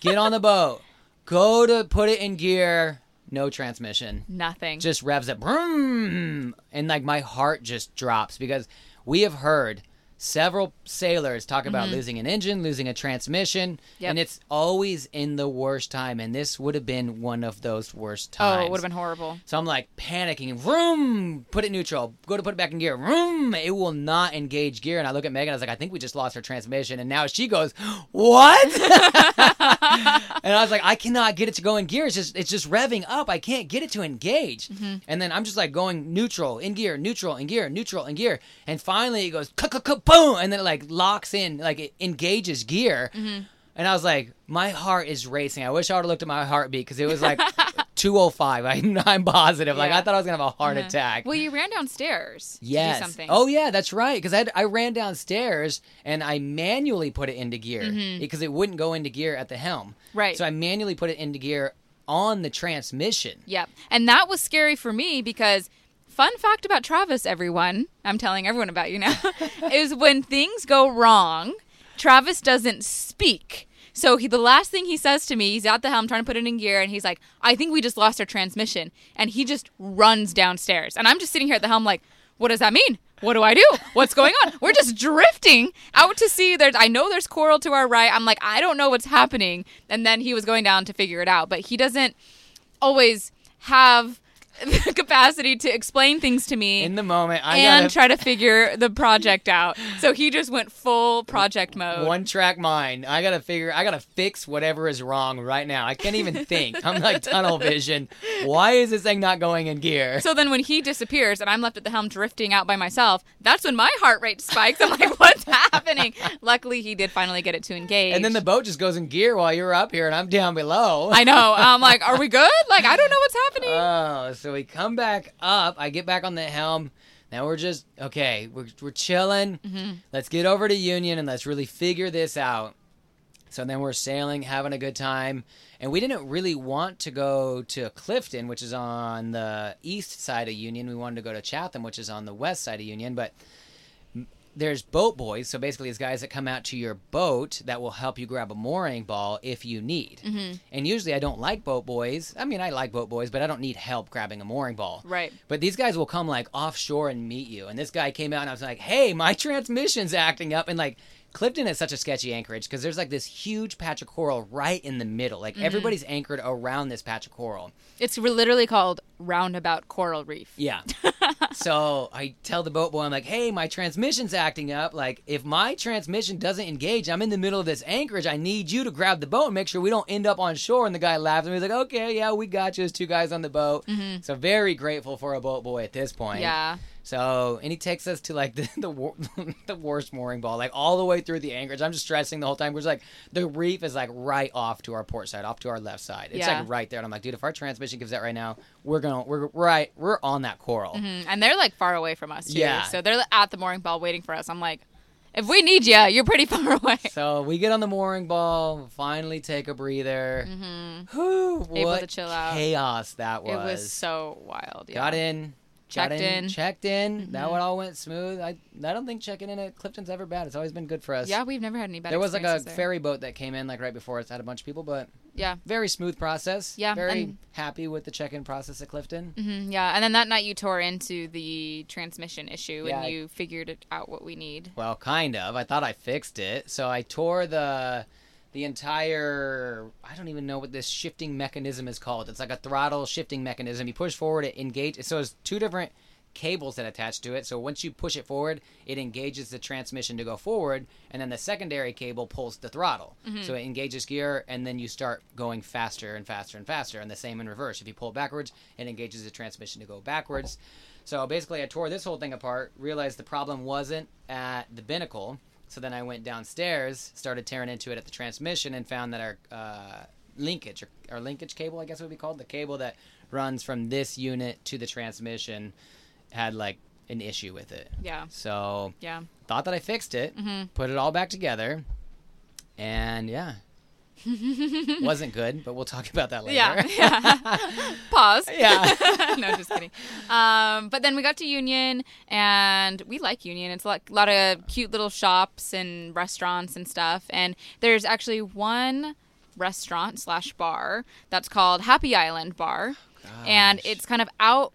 S2: Get on the boat. Go to put it in gear. No transmission
S1: Nothing.
S2: just revs up, vroom, and like my heart just drops because we have heard several sailors talk about losing an engine, losing a transmission,
S1: Mm-hmm. Yep.
S2: and it's always in the worst time. And this would have been one of those worst
S1: oh,
S2: times.
S1: it would have been horrible.
S2: So I'm like panicking, vroom, put it neutral, go to put it back in gear, vroom, it will not engage gear. And I look at Megan, I was like, I think we just lost her transmission. And now she goes, What? and I was like, I cannot get it to go in gear. It's just it's just revving up. I can't get it to engage.
S1: Mm-hmm.
S2: And then I'm just like going neutral, in gear, neutral, in gear, neutral, in gear. And finally it goes boom and then it like locks in, like it engages gear.
S1: Mm-hmm.
S2: And I was like, my heart is racing. I wish I would have looked at my heartbeat because it was like 205. I, I'm positive. Like,
S1: Yeah.
S2: I thought I was going to have a heart attack.
S1: Well, you ran downstairs
S2: Yes.
S1: to do something.
S2: Oh, yeah, that's right. Because I, had- I ran downstairs and I manually put it into gear because it wouldn't go into gear at the helm.
S1: Mm-hmm. Right.
S2: So I manually put it into gear on the transmission.
S1: Yep. And that was scary for me because fun fact about Travis, everyone, I'm telling everyone about you now, is when things go wrong, Travis doesn't speak. So he, the last thing he says to me, he's at the helm trying to put it in gear, and he's like, "I think we just lost our transmission," and he just runs downstairs, and I'm just sitting here at the helm like, "What does that mean? What do I do? What's going on? We're just drifting out to sea. There's, I know there's coral to our right. I'm like, I don't know what's happening." And then he was going down to figure it out, but he doesn't always have the capacity to explain things to me
S2: In the moment, I
S1: and
S2: got
S1: try to figure the project out. So he just went full project mode.
S2: one track mind. I gotta figure. I gotta fix whatever is wrong right now. I can't even think. I'm like tunnel vision. Why is this thing not going in gear?
S1: so then when he disappears and I'm left at the helm drifting out by myself, that's when my heart rate spikes. I'm like, what's happening? Luckily, he did finally get it to engage.
S2: and then the boat just goes in gear while you're up here and I'm down below.
S1: I know. I'm like, are we good? Like, I don't know what's happening.
S2: Oh, so we come back up. I get back on the helm. Now we're just okay. We're we're chilling. Let's get over to Union and let's really figure this out. So then we're sailing, having a good time, and we didn't really want to go to Clifton, which is on the east side of Union. We wanted to go to Chatham, which is on the west side of Union, but there's boat boys, so basically these guys that come out to your boat that will help you grab a mooring ball if you need. And usually I don't like boat boys. I mean, I like boat boys, but I don't need help grabbing a mooring ball.
S1: Right.
S2: But these guys will come like offshore and meet you. And this guy came out and I was like, "Hey, my transmission's acting up." And like Clifton is such a sketchy anchorage because there's like this huge patch of coral right in the middle. Like everybody's anchored around this patch of coral.
S1: It's re- literally called Roundabout Coral Reef.
S2: Yeah. so I tell the boat boy, I'm like, hey, my transmission's acting up. Like, if my transmission doesn't engage, I'm in the middle of this anchorage. I need you to grab the boat and make sure we don't end up on shore. And the guy laughs and he's like, okay, yeah, we got you. There's two guys on the boat. So very grateful for a boat boy at this point.
S1: Yeah.
S2: So, and he takes us to like the the, wor- the worst mooring ball, like all the way through the anchorage. I'm just stressing the whole time. We're just like the reef is like right off to our port side, off to our left side. It's
S1: Yeah.
S2: like right there, and I'm like, dude, if our transmission gives that right now, we're gonna we're right we're on that coral.
S1: Mm, And they're like far away from us, too.
S2: Yeah.
S1: So they're at the mooring ball waiting for us. I'm like, if we need you, you're pretty far away.
S2: So we get on the mooring ball, finally take a breather. Whew,
S1: Mm-hmm. to
S2: what
S1: chill out.
S2: chaos that was.
S1: It was so wild. Yeah.
S2: Got in. got
S1: Checked in. Mm-hmm.
S2: Checked in. That one all went smooth. I I don't think checking in at Clifton's ever bad. It's always been good for us.
S1: Yeah, we've never had any bad
S2: There was like a
S1: experiences there.
S2: ferry boat that came in like right before us. Had a bunch of people, but
S1: Yeah.
S2: very smooth process.
S1: Yeah,
S2: Very
S1: and-
S2: happy with the check-in process at Clifton.
S1: hmm Yeah. And then that night you tore into the transmission issue
S2: Yeah, I-
S1: and you figured it out what we need.
S2: Well, kind of. I thought I fixed it, so I tore the the entire. I don't even know what this shifting mechanism is called. It's like a throttle shifting mechanism. You push forward, it engages. So it's two different cables that attach to it. So once you push it forward, it engages the transmission to go forward, and then the secondary cable pulls the throttle. So it engages gear, and then you start going faster and faster and faster. And the same in reverse. If you pull backwards, it engages the transmission to go backwards. So basically, I tore this whole thing apart, realized the problem wasn't at the binnacle. So then I went downstairs, started tearing into it at the transmission, and found that our uh, linkage, or our linkage cable, I guess it would be called, the cable that runs from this unit to the transmission, had like an issue with it.
S1: Yeah. Mm-hmm.
S2: So
S1: Yeah.
S2: thought that I fixed it, put it all back together, and yeah. Wasn't good, but we'll talk about that later.
S1: Yeah. yeah. Pause.
S2: Yeah.
S1: no, just kidding. Um, but then we got to Union, and we like Union. It's like a lot of cute little shops and restaurants and stuff. And there's actually one restaurant slash bar that's called Happy Island Bar, and
S2: Oh, Gosh.
S1: it's kind of out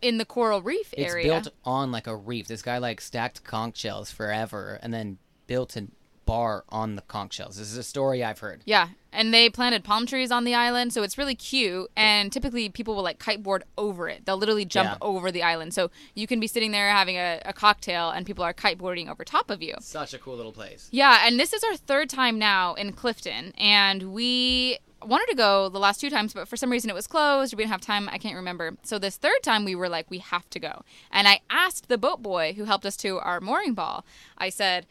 S1: in the coral reef
S2: It's
S1: area.
S2: built on like a reef. This guy like stacked conch shells forever and then built a bar on the conch shells. This is a story I've heard.
S1: Yeah. And they planted palm trees on the island, so it's really cute. And typically, people will like kiteboard over it. They'll literally jump
S2: Yeah.
S1: over the island. So you can be sitting there having a, a cocktail, and people are kiteboarding over top of you.
S2: Such a cool little place.
S1: Yeah, and this is our third time now in Clifton, and we wanted to go the last two times, but for some reason it was closed. We didn't have time. I can't remember. So this third time we were like, we have to go. And I asked the boat boy who helped us to our mooring ball. I said,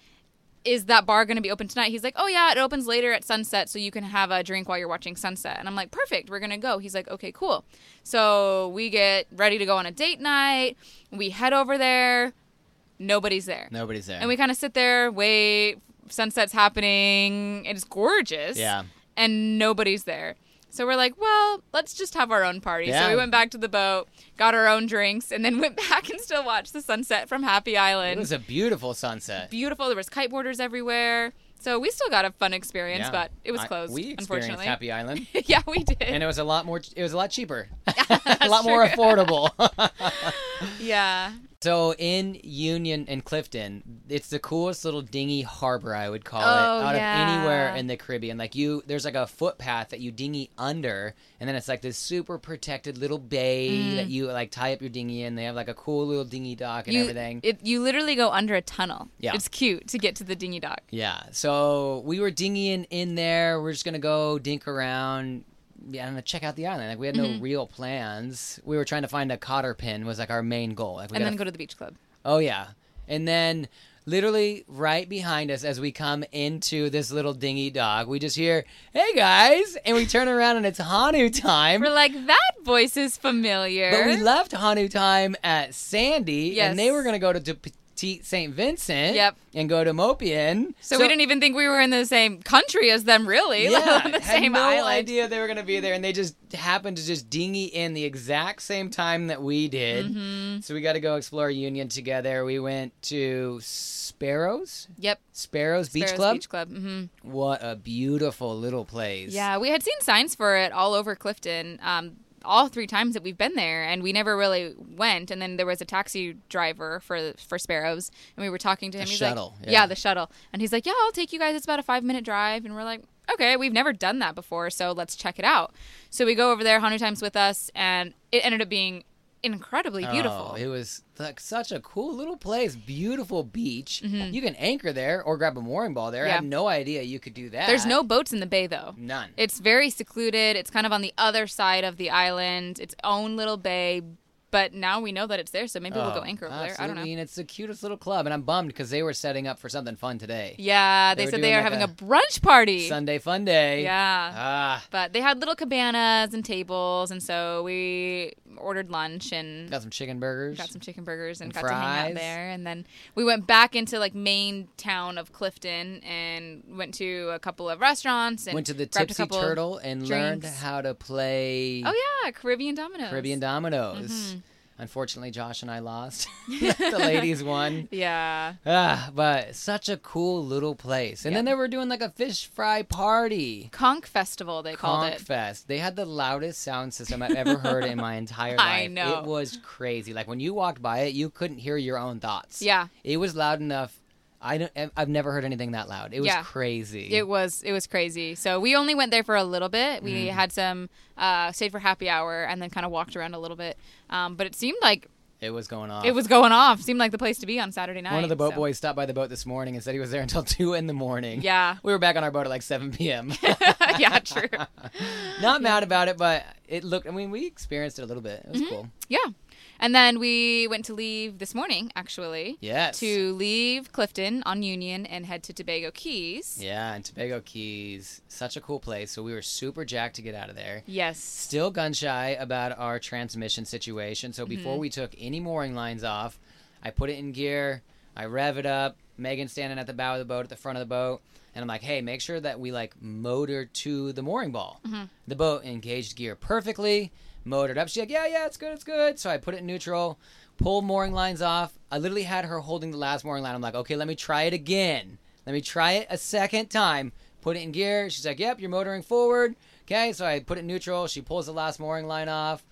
S1: is that bar going to be open tonight? He's like, oh yeah, it opens later at sunset, so you can have a drink while you're watching sunset. And I'm like, perfect, we're gonna go. He's like, okay, cool. So we get ready to go on a date night. We head over there. Nobody's there.
S2: Nobody's there.
S1: And we kind of sit there, wait, sunset's happening. It's gorgeous.
S2: Yeah.
S1: And nobody's there. So we're like, well, let's just have our own party. So
S2: Yeah.
S1: we went back to the boat, got our own drinks, and then went back and still watched the sunset from Happy
S2: it
S1: Island.
S2: was a beautiful sunset.
S1: Beautiful. There was kiteboarders everywhere. So we still got a fun experience,
S2: Yeah.
S1: but it was
S2: I-
S1: closed,
S2: we experienced
S1: unfortunately.
S2: Happy Island,
S1: yeah, we did.
S2: and it was a lot more. It was a lot cheaper, a lot more
S1: true.
S2: affordable.
S1: yeah.
S2: so in Union and Clifton, it's the coolest little dingy harbor I would call
S1: Oh,
S2: it out
S1: yeah.
S2: of anywhere in the Caribbean. Like you, there's like a footpath that you dinghy under, and then it's like this super protected little bay
S1: Mm.
S2: that you like tie up your dinghy in. They have like a cool little dinghy dock and
S1: You,
S2: everything.
S1: It, you literally go under a tunnel.
S2: Yeah.
S1: It's cute to get to the dinghy dock.
S2: Yeah. So we were dinghying in there. We're just gonna go dink around. Yeah, and check out the island. Like we had
S1: Mm-hmm.
S2: no real plans. We were trying to find a cotter pin was like our main goal. Like we
S1: And
S2: gotta
S1: then go to the beach club.
S2: Oh yeah. And then literally right behind us as we come into this little dingy dog, we just hear, "Hey guys." And we turn around and it's Hanu time.
S1: We're like, that voice is familiar.
S2: But we left Hanu time at Sandy
S1: Yes.
S2: and they were going to go to De- Petit St. Vincent
S1: Yep.
S2: and go to Mopian.
S1: so, we didn't even think we were in the same country as them, really. let
S2: yeah,
S1: alone the
S2: had
S1: same
S2: no
S1: island.
S2: idea they were going to be there, and they just happened to just dingy in the exact same time that we did.
S1: Mm-hmm.
S2: So we got to go explore Union together. We went to Sparrows,
S1: Yep.
S2: Sparrows, Beach
S1: Sparrows
S2: Club.
S1: Beach Club. hmm
S2: What a beautiful little place!
S1: Yeah, we had seen signs for it all over Clifton. Um, all three times that we've been there, and we never really went. And then there was a taxi driver for for Sparrows, and we were talking to him. he's
S2: shuttle,
S1: like,
S2: yeah.
S1: the shuttle." And he's like, "Yeah, I'll take you guys. It's about a five minute drive." And we're like, "Okay, we've never done that before, so let's check it out." So we go over there hundred times with us, and it ended up being incredibly beautiful.
S2: Oh, it was like such a cool little place. Beautiful beach. You can anchor there or grab a mooring ball there. I
S1: Mm-hmm. Yeah.
S2: had no idea you could do that.
S1: There's no boats in the bay though.
S2: none.
S1: It's very secluded. It's kind of on the other side of the island. Its own little bay, But now we know that it's there, so maybe we'll go
S2: Oh,
S1: anchor over there. I
S2: absolutely,
S1: don't know.
S2: And it's the cutest little club, and I'm bummed because they were setting up for something fun today.
S1: Yeah,
S2: They
S1: they,
S2: were
S1: said they
S2: doing
S1: are
S2: like
S1: having a,
S2: a
S1: brunch party.
S2: Sunday fun day.
S1: Yeah.
S2: Ah,
S1: but they had little cabanas and tables, and so we ordered lunch and
S2: got some chicken burgers.
S1: got some chicken burgers and,
S2: And
S1: got to hang
S2: fries.
S1: out there. And then we went back into like main town of Clifton and went to a couple of restaurants and
S2: Went to the
S1: grabbed a
S2: Tipsy
S1: couple-
S2: Turtle and learned
S1: drinks.
S2: how to play
S1: Oh Mm-hmm. yeah, Caribbean Dominoes.
S2: Caribbean dominoes. Unfortunately, Josh and I lost. the ladies won.
S1: Yeah.
S2: Ah, but such a cool little place. And then they were doing like a fish fry party.
S1: Conch Festival they called
S2: Conk
S1: it.
S2: Fest. They had the loudest sound system I've ever heard in my entire life.
S1: I know.
S2: It was crazy. Like when you walked by it, you couldn't hear your own thoughts.
S1: Yeah.
S2: It was loud enough. I don't, I've- I've never heard anything that loud. It was
S1: Yeah.
S2: crazy.
S1: It was it was crazy. So we only went there for a little bit. We
S2: Mm-hmm.
S1: had some uh, stayed for happy hour and then kind of walked around a little bit. Um, but it seemed like
S2: It was going on.
S1: it was going off. Seemed like the place to be on Saturday night.
S2: One of the boat
S1: so-
S2: boys stopped by the boat this morning and said he was there until 2 in the morning.
S1: Yeah.
S2: We were back on our boat at like 7 p.m.
S1: yeah, true.
S2: Not mad about it, but it looked, I mean, we experienced it a little bit. It
S1: Mm-hmm.
S2: was cool.
S1: Yeah. And then we went to leave this morning actually.
S2: Yes.
S1: To leave Clifton on Union and head to Tobago Keys.
S2: Yeah, and Tobago Keys, such a cool place. So we were super jacked to get out of there.
S1: Yes.
S2: Still gun shy about our transmission situation. So before we took any mooring lines off, I put it in gear, I rev it up. Megan's standing at the bow of the boat, at the front of the boat, and I'm like, "Hey, make sure that we like motor to the mooring ball." The boat engaged gear perfectly, motored up. She's like, "Yeah, yeah, it's good, it's good." So I put it in neutral, pulled mooring lines off. I literally had her holding the last mooring line. I'm like, "Okay, let me try it again. Let me try it a second time." Put it in gear. She's like, "Yep, you're motoring forward." Okay, so I put it in neutral. She pulls the last mooring line off.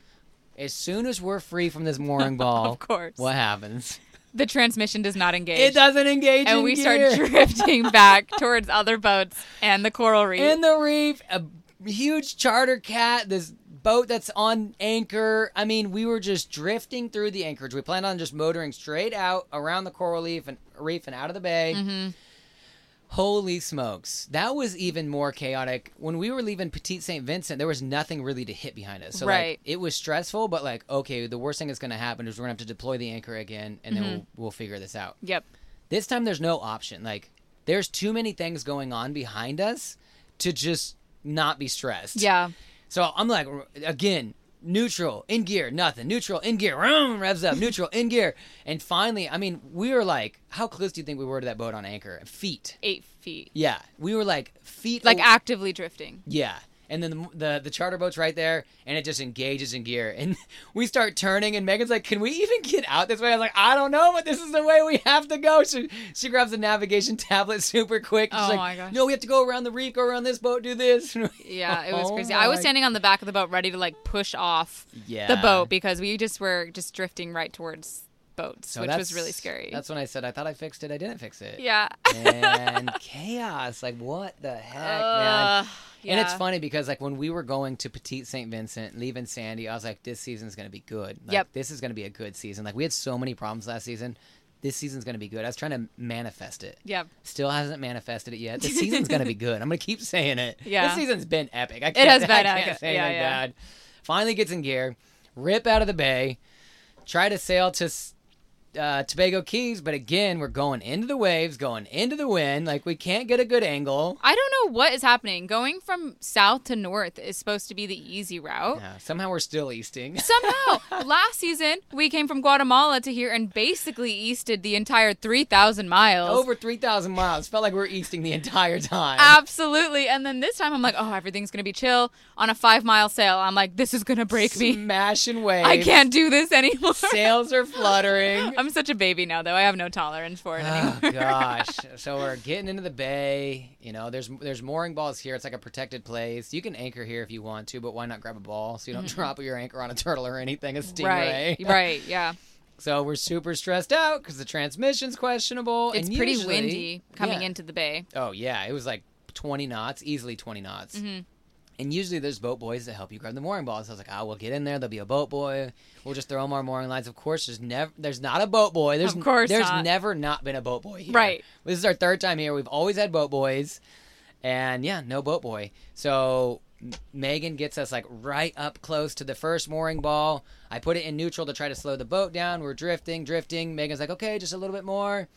S2: As soon as we're free from this mooring ball,
S1: Of course.
S2: what happens?
S1: The transmission does not engage.
S2: It doesn't engage,
S1: and
S2: in
S1: we
S2: gear.
S1: start drifting back towards other boats and the coral reef.
S2: in the reef. A huge charter cat. This boat that's on anchor. I mean, we were just drifting through the anchorage. We planned on just motoring straight out around the coral reef and reef and out of the bay.
S1: Mm-hmm.
S2: Holy smokes. That was even more chaotic. When we were leaving Petite St. Vincent, there was nothing really to hit behind us. So
S1: Right.
S2: like it was stressful, but like, okay, the worst thing that's gonna happen is we're gonna have to deploy the anchor again and
S1: Mm-hmm.
S2: then we'll, we'll figure this out.
S1: yep.
S2: This time there's no option. Like there's too many things going on behind us to just not be stressed.
S1: Yeah.
S2: So I'm like r- again, neutral, in gear, nothing. Neutral, in gear, room, revs up, neutral, in gear. And finally, I mean, we were like, how close do you think we were to that boat on anchor? Feet.
S1: Eight feet.
S2: Yeah. We were like feet
S1: Like
S2: aw-
S1: actively drifting.
S2: yeah. And then the, the the charter boat's right there, and it just engages in gear, and we start turning. And Megan's like, "Can we even get out this way?" I was like, "I don't know, but this is the way we have to go." She she grabs the navigation tablet super quick. She's
S1: Oh
S2: like,
S1: my gosh.
S2: No, we have to go around the reef, go around this boat, do this.
S1: Yeah, it was
S2: Oh
S1: crazy. I was
S2: my-
S1: standing on the back of the boat ready to like push off the
S2: Yeah.
S1: boat because we just were just drifting right towards boats,
S2: So
S1: which was
S2: that's-
S1: really scary.
S2: That's when I said I thought I fixed it. I didn't fix it.
S1: yeah.
S2: and chaos. Like what the heck, man?
S1: Ugh,
S2: And it's
S1: yeah.
S2: funny because like when we were going to Petite Saint Vincent, leaving Sandy, I was like, this season's gonna be good. Like,
S1: Yep.
S2: This is gonna be a good season. Like we had so many problems last season. This season's gonna be good. I was trying to manifest it.
S1: Yep.
S2: Still hasn't manifested it yet. This season's gonna be good. I'm gonna keep saying it.
S1: Yeah.
S2: This season's been epic. I can't,
S1: has
S2: I
S1: been
S2: can't
S1: epic.
S2: say
S1: Yeah,
S2: anything
S1: yeah.
S2: bad. Finally gets in gear, rip out of the bay, try to sail to s- uh, Tobago Keys, but again, we're going into the waves, going into the wind. Like we can't get a good angle.
S1: I don't know what is happening. Going from south to north is supposed to be the easy route.
S2: Yeah, somehow we're still easting.
S1: Somehow, last season we came from Guatemala to here and basically easted the entire three thousand miles. Ah,
S2: Over 3,000 miles. Felt like we were easting the entire time.
S1: Absolutely. And then this time I'm like, oh, everything's gonna be chill on a five mile sail. I'm like, this is gonna break me.
S2: Smashing waves.
S1: I can't do this anymore.
S2: Sails are fluttering.
S1: I'm such a baby now, though. I have no tolerance for it anymore.
S2: Oh gosh! So we're getting into the bay. You know, there's there's mooring balls here. It's like a protected place. You can anchor here if you want to, but why not grab a ball so you don't drop your anchor on a turtle or anything, a stingray.
S1: Mm-hmm. Right. Right. Yeah.
S2: So we're super stressed out because the transmission's questionable.
S1: It's
S2: and
S1: pretty
S2: usually-
S1: windy coming
S2: Yeah.
S1: into the bay.
S2: Oh yeah, it was like 20 knots, easily 20 knots.
S1: Mm-hmm.
S2: And usually there's boat boys that help you grab the mooring balls. I was like, ah, we'll get in there. There'll be a boat boy. We'll just throw them our mooring lines. Of course, there's never, there's not a boat boy. There's,
S1: Of course
S2: there's
S1: not.
S2: never not been a boat boy here.
S1: Right.
S2: This is our third time here. We've always had boat boys, and yeah, no boat boy. So Megan gets us like right up close to the first mooring ball. I put it in neutral to try to slow the boat down. We're drifting, drifting. Megan's like, okay, just a little bit more.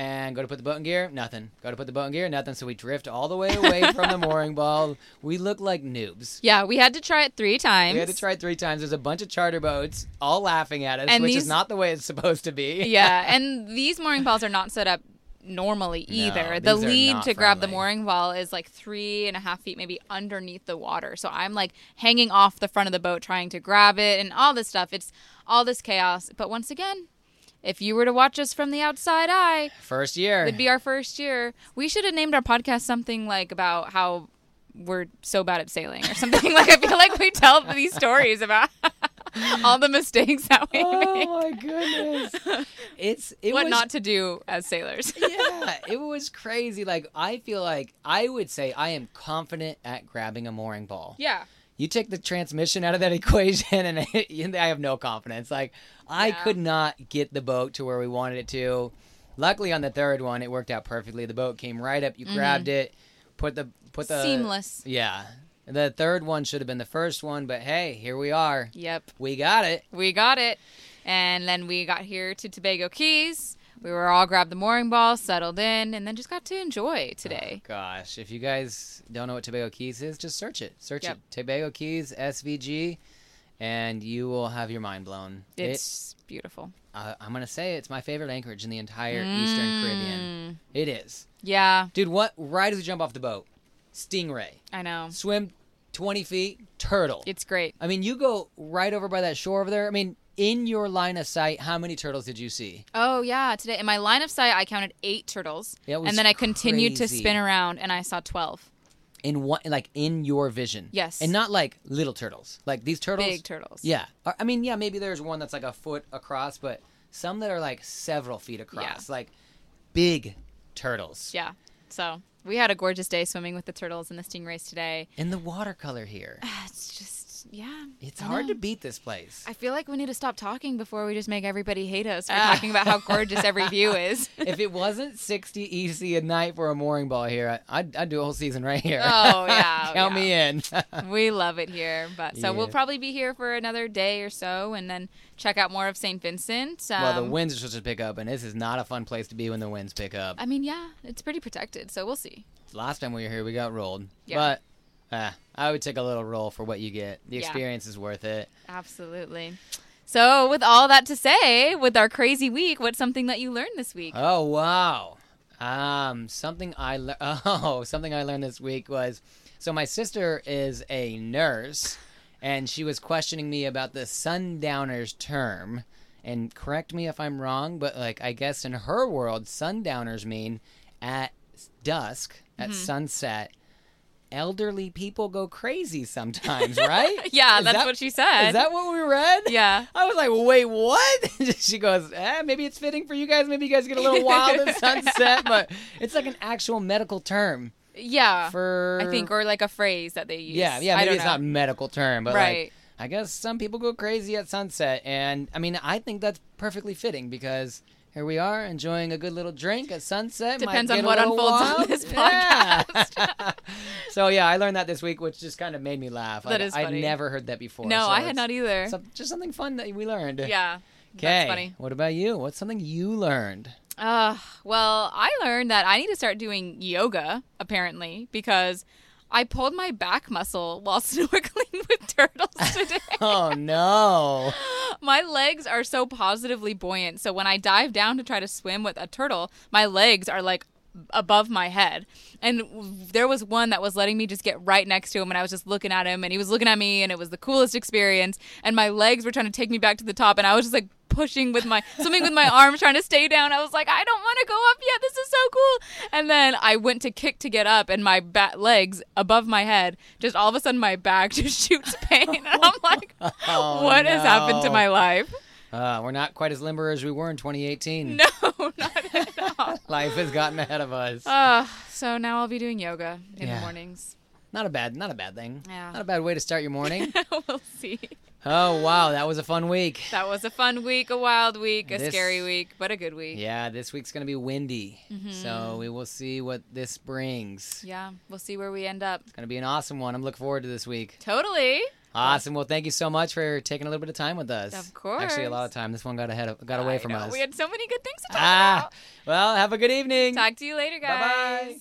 S2: And go to put the boat in gear, nothing. Go to put the boat in gear, nothing. So we drift all the way away from the mooring ball. We look like noobs.
S1: Yeah, we had to try it three times.
S2: We had to try it three times. There's a bunch of charter boats all laughing at us,
S1: And
S2: which
S1: these-
S2: is not the way it's supposed to be.
S1: yeah, and these mooring balls are not set up normally either. the
S2: these are
S1: lead to
S2: not
S1: grab the
S2: friendly.
S1: mooring ball is like three and a half feet, maybe underneath the water. So I'm like hanging off the front of the boat trying to grab it and all this stuff. It's all this chaos. But once again, if you were to watch us from the outside eye,
S2: First year.
S1: it'd be our first year. We should have named our podcast something like about how we're so bad at sailing or something. like I feel like we tell these stories about all the mistakes that we make.
S2: oh my goodness. It's it
S1: what
S2: was
S1: not to do as sailors.
S2: yeah, it was crazy. Like I feel like I would say I am confident at grabbing a mooring ball.
S1: yeah.
S2: You take the transmission out of that equation, and I have no confidence. Like I
S1: Yeah.
S2: could not get the boat to where we wanted it to. Luckily, on the third one, it worked out perfectly. The boat came right up. You grabbed it, put the put the
S1: Mm-hmm. Seamless.
S2: Yeah, the third one should have been the first one, but hey, here we are.
S1: Yep.
S2: We got it.
S1: We got it. And then we got here to Tobago Keys. We were all grabbed the mooring ball, settled in, and then just got to enjoy today.
S2: Oh, Gosh, if you guys don't know what Tobago Keys is, just search it. Search
S1: Yep.
S2: it. Tobago Keys SVG, and you will have your mind blown. It-
S1: it's beautiful.
S2: uh, I'm gonna say it's my favorite anchorage in the entire Eastern
S1: Mm.
S2: Caribbean. It is,
S1: Yeah,
S2: dude. What? Right as we jump off the boat, stingray,
S1: I know.
S2: swim 20 feet, turtle.
S1: It's great.
S2: I mean, you go right over by that shore over there. I mean, in your line of sight, how many turtles did you see?
S1: Oh yeah, today in my line of sight I counted 8 turtles
S2: That was
S1: and then I continued
S2: crazy.
S1: to spin around and I saw 12
S2: In one, like in your vision.
S1: Yes.
S2: And not like little turtles. Like these turtles.
S1: big turtles.
S2: Yeah. Or- I mean, yeah, maybe there's one that's like a foot across, but some that are like several feet across, like big turtles.
S1: Yeah. So, we had a gorgeous day swimming with the turtles and the stingrays today.
S2: And the watercolor here.
S1: It's just yeah.
S2: It's
S1: I
S2: hard
S1: know.
S2: to beat this place.
S1: I feel like we need to stop talking before we just make everybody hate us. We're
S2: Ah.
S1: talking about how gorgeous every view is.
S2: if it wasn't 60 EC a night for a mooring ball here, I, I'd, I'd do a whole season right here.
S1: Oh, yeah,
S2: Count
S1: yeah.
S2: me in.
S1: We love it here, but so we'll
S2: Yeah.
S1: probably be here for another day or so, and then check out more of Saint Vincent. Um,
S2: well, the winds are supposed to pick up, and this is not a fun place to be when the winds pick up.
S1: I mean, yeah, it's pretty protected, so we'll see.
S2: Last time we were here, we got rolled.
S1: Yeah.
S2: But uh, I would take a little roll for what you get. The
S1: Yeah.
S2: experience is worth it.
S1: Absolutely. So, with all that to say, with our crazy week, what's something that you learned this week?
S2: Oh wow. Um, something I le- oh something I learned this week was so my sister is a nurse, and she was questioning me about the sundowners term, and correct me if I'm wrong, but like I guess in her world, sundowners mean at s- dusk
S1: Mm-hmm.
S2: at sunset. Elderly people go crazy sometimes, right?
S1: yeah,
S2: Is
S1: that's
S2: that-
S1: what she said.
S2: Is that what we read?
S1: yeah.
S2: I was like, wait, what? she goes, eh, maybe it's fitting for you guys. Maybe you guys get a little wild at sunset, but it's like an actual medical term
S1: Yeah.
S2: for.
S1: I think, or like a phrase that they use.
S2: yeah, yeah,
S1: I
S2: maybe
S1: don't
S2: it's
S1: know.
S2: not medical term, but
S1: Right.
S2: like, I guess some people go crazy at sunset, and I mean, I think that's perfectly fitting because. Here we are enjoying a good little drink at sunset. Might
S1: Depends on
S2: get a
S1: what
S2: little
S1: unfolds on
S2: wild.
S1: this
S2: Yeah. so yeah, I learned that this week, which just kind of made me laugh.
S1: That
S2: Like,
S1: is
S2: I'd
S1: funny.
S2: never heard that before.
S1: No,
S2: so
S1: I had
S2: it's
S1: not either.
S2: some- just something fun that we learned.
S1: Yeah.
S2: Okay.
S1: That's funny.
S2: What about you? What's something you learned?
S1: Uh, well, I learned that I need to start doing yoga, apparently, because I pulled my back muscle while snorkeling with turtles today.
S2: Oh no.
S1: my legs are so positively buoyant. So when I dive down to try to swim with a turtle, my legs are like above my head. And w- there was one that was letting me just get right next to him and I was just looking at him and he was looking at me and it was the coolest experience and my legs were trying to take me back to the top and I was just like pushing with my swimming with my arms trying to stay down. I was like, I don't want to go up yet. This is so cool. And then I went to kick to get up and my ba- legs above my head, just all of a sudden my back just shoots pain and I'm like, what
S2: Oh,
S1: has happened to
S2: no.
S1: my life?
S2: Uh, we're not quite as limber as we were in 2018.
S1: No, not at all.
S2: Life has gotten ahead of us.
S1: Uh, so now I'll be doing yoga in
S2: Yeah.
S1: the mornings.
S2: not a bad, not a bad thing.
S1: Yeah.
S2: Not a bad way to start your morning.
S1: we'll see.
S2: Oh wow, that was a fun week.
S1: That was a fun week, a wild week, a
S2: This-
S1: scary week, but a good week.
S2: Yeah, this week's gonna be windy,
S1: Mm-hmm.
S2: so we will see what this brings.
S1: Yeah, we'll see where we end up.
S2: It's gonna be an awesome one. I'm looking forward to this week.
S1: Totally.
S2: Awesome. Well, thank you so much for taking a little bit of time with us.
S1: Of
S2: Actually, a lot
S1: course.
S2: of time. This one got ahead, of, got away
S1: I
S2: from
S1: know,
S2: us.
S1: We had so many good things to talk
S2: ah.
S1: about.
S2: Well, have a good evening.
S1: Talk to you later, guys.
S2: Bye-bye.